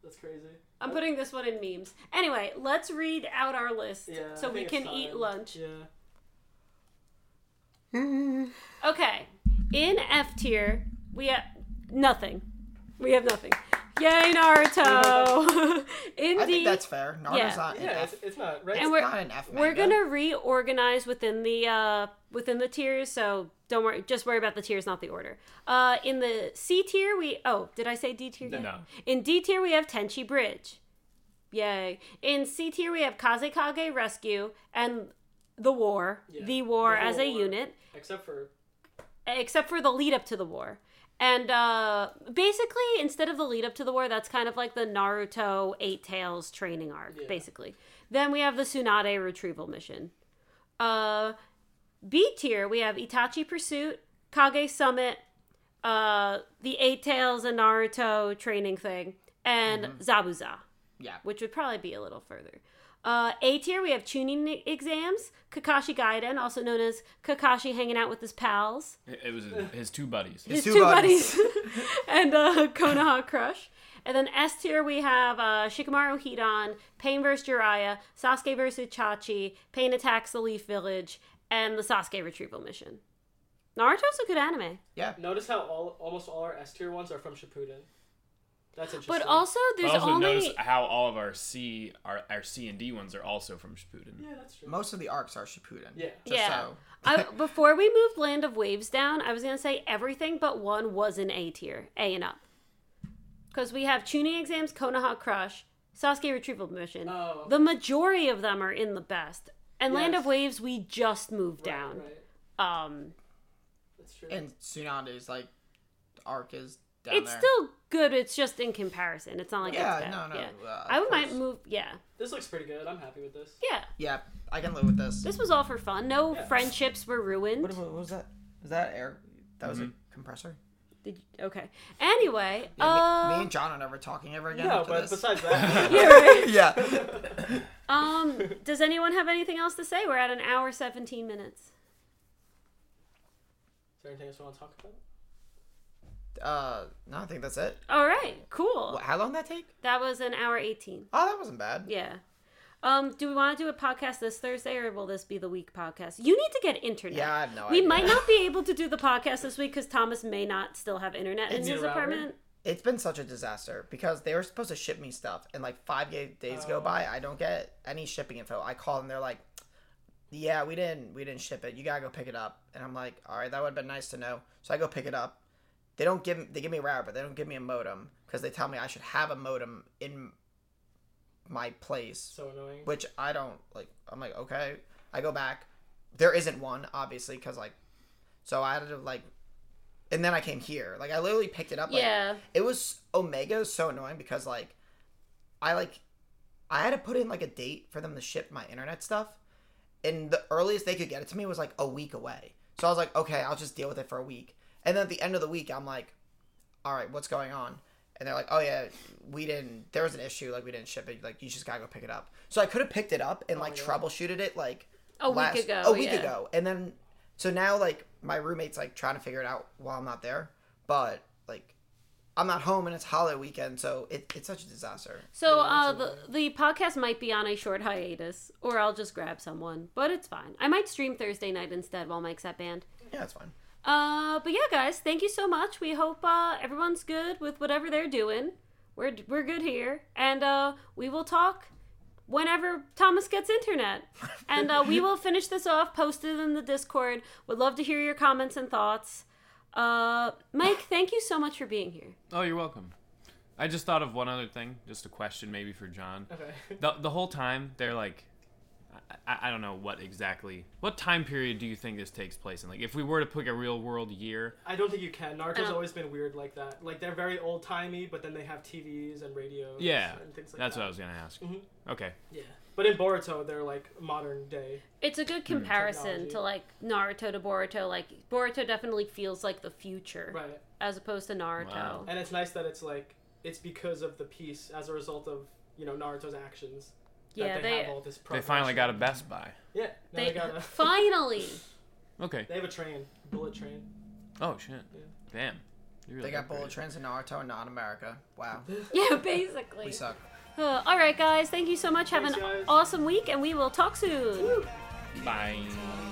That's crazy. I'm putting this one in memes. Anyway, let's read out our list Yeah. so I we think it's can eat time. lunch. Yeah. Okay, in F tier, we have nothing. We have nothing. Yay, Naruto! in I D, think that's fair. Naruto's Yeah. not an Yeah, F. it's, it's not right. and It's we're not an F. we're manga. gonna reorganize within the uh within the tiers, so don't worry. Just worry about the tiers, not the order. Uh, in the C tier, we oh, did I say D tier? yet? No. In D tier, we have Tenchi Bridge. Yay. In C tier, we have Kazekage Rescue and the war, Yeah, the war the as a war. unit, Except for except for the lead up to the war. And uh, basically, instead of the lead up to the war, that's kind of like the Naruto Eight Tails training arc, Yeah. basically. Then we have the Tsunade retrieval mission. Uh, B tier, we have Itachi Pursuit, Kage Summit, uh, the Eight Tails and Naruto training thing, and Zabuza yeah. which would probably be a little further. Uh, a tier, we have tuning exams, Kakashi Gaiden, also known as Kakashi hanging out with his pals, It it was his, his two buddies. his, two two buddies, and uh, Konoha Crush. And then S tier, we have uh, Shikamaru Hidan, Pain vs. Jiraiya, Sasuke vs. Itachi, Pain attacks the Leaf Village, and the Sasuke retrieval mission. Naruto's a good anime. Yeah. notice how all almost all our S tier ones are from Shippuden. That's interesting. But also, But there's also only. notice how all of our C, our, our C and D ones are also from Shippuden. yeah, that's true. Most of the arcs are Shippuden. Yeah. Just Yeah. so. I, before we moved Land of Waves down, I was gonna say everything but one was in A tier, A and up, because we have tuning exams, Konoha Crush, Sasuke Retrieval Mission. Oh, The majority of them are in the best, and Land of Yes. Waves we just moved down. Right. Um, That's true. And Tsunade's, like, arc is down it's there. still good. It's just in comparison. It's not like Yeah, it's bad. no, no, Yeah. uh, of I would might course. move. Yeah, this looks pretty good. I'm happy with this. yeah. Yeah, I can live with this. This was all for fun. No Yeah. friendships were ruined. What, what was that? Was that air? That was a compressor? Did you, okay. Anyway, Yeah, uh, me, me Mm-hmm. and John are never talking ever again. No, after but this. besides that, yeah, right. yeah. Um, does anyone have anything else to say? We're at an hour seventeen minutes. is there anything else you want to talk about? Uh, no, I think that's it. All right, cool. Wha- How long did that take? That was an hour eighteen. Oh, that wasn't bad. Yeah. Um, do we want to do a podcast this Thursday or will this be the week podcast? You need to get internet. Yeah, I have no we idea. might not be able to do the podcast this week because Thomas may not still have internet in It's- his Need a router? apartment. It's been such a disaster because they were supposed to ship me stuff, and like five ga- days go by, I don't get any shipping info. I call them, they're like, "Yeah, we didn't, we didn't ship it. You gotta go pick it up." And I'm like, "All right, that would have been nice to know." So I go pick it up. They don't give they give me a router, but they don't give me a modem because they tell me I should have a modem in my place, So annoying. which I don't like. I'm like, okay. I go back. There isn't one, obviously, because like, so I had to like, and then I came here. Like I literally picked it up. Like, yeah. it was Omega is so annoying because like I like I had to put in like a date for them to ship my internet stuff, and the earliest they could get it to me was like a week away. So I was like, okay, I'll just deal with it for a week. And then at the end of the week, I'm like, all right, what's going on? And they're like, oh yeah, we didn't. There was an issue. Like we didn't ship it. Like you just gotta go pick it up. So I could have picked it up and like troubleshooted it like A week ago, A week yeah. ago, and then so now like my roommate's like trying to figure it out while I'm not there. But like I'm not home and it's holiday weekend, so it, it's such a disaster. So uh, the the podcast might be on a short hiatus, or I'll just grab someone, but it's fine. I might stream Thursday night instead while Mike's at band. Yeah, it's fine. Uh, but yeah, guys, thank you so much. We hope uh, everyone's good with whatever they're doing. We're we're good here, and uh, we will talk whenever Thomas gets internet, and uh, we will finish this off. Posted in the Discord. Would love to hear your comments and thoughts. Uh, Mike, thank you so much for being here. Oh, you're welcome. I just thought of one other thing, just a question maybe for John. Okay. The, the whole time they're like, I, I- I don't know what exactly. What time period do you think this takes place in? Like, if we were to pick a real world year, I don't think you can. Naruto's Um, always been weird like that. Like they're very old timey, but then they have TVs and radios. yeah, and things like that's that. what I was gonna ask. Mhm. Okay, Yeah, but in Boruto, they're like modern day. It's a good comparison Technology. to like Naruto to Boruto. Like Boruto definitely feels like the future Right. as opposed to Naruto. Wow. And it's nice that it's like it's because of the piece as a result of you know Naruto's actions. Yeah, they that they, they, have all this. they progression. finally got a Best Buy. Yeah, now they, got a. finally. Okay. They have a train, bullet train. Oh shit. Yeah. Damn. You really They got upgraded. bullet trains in Naruto and not America. Wow, Yeah, basically. we suck. Uh, all right, guys. Thank you so much. Have Thanks, an guys. awesome week, and we will talk soon. Bye.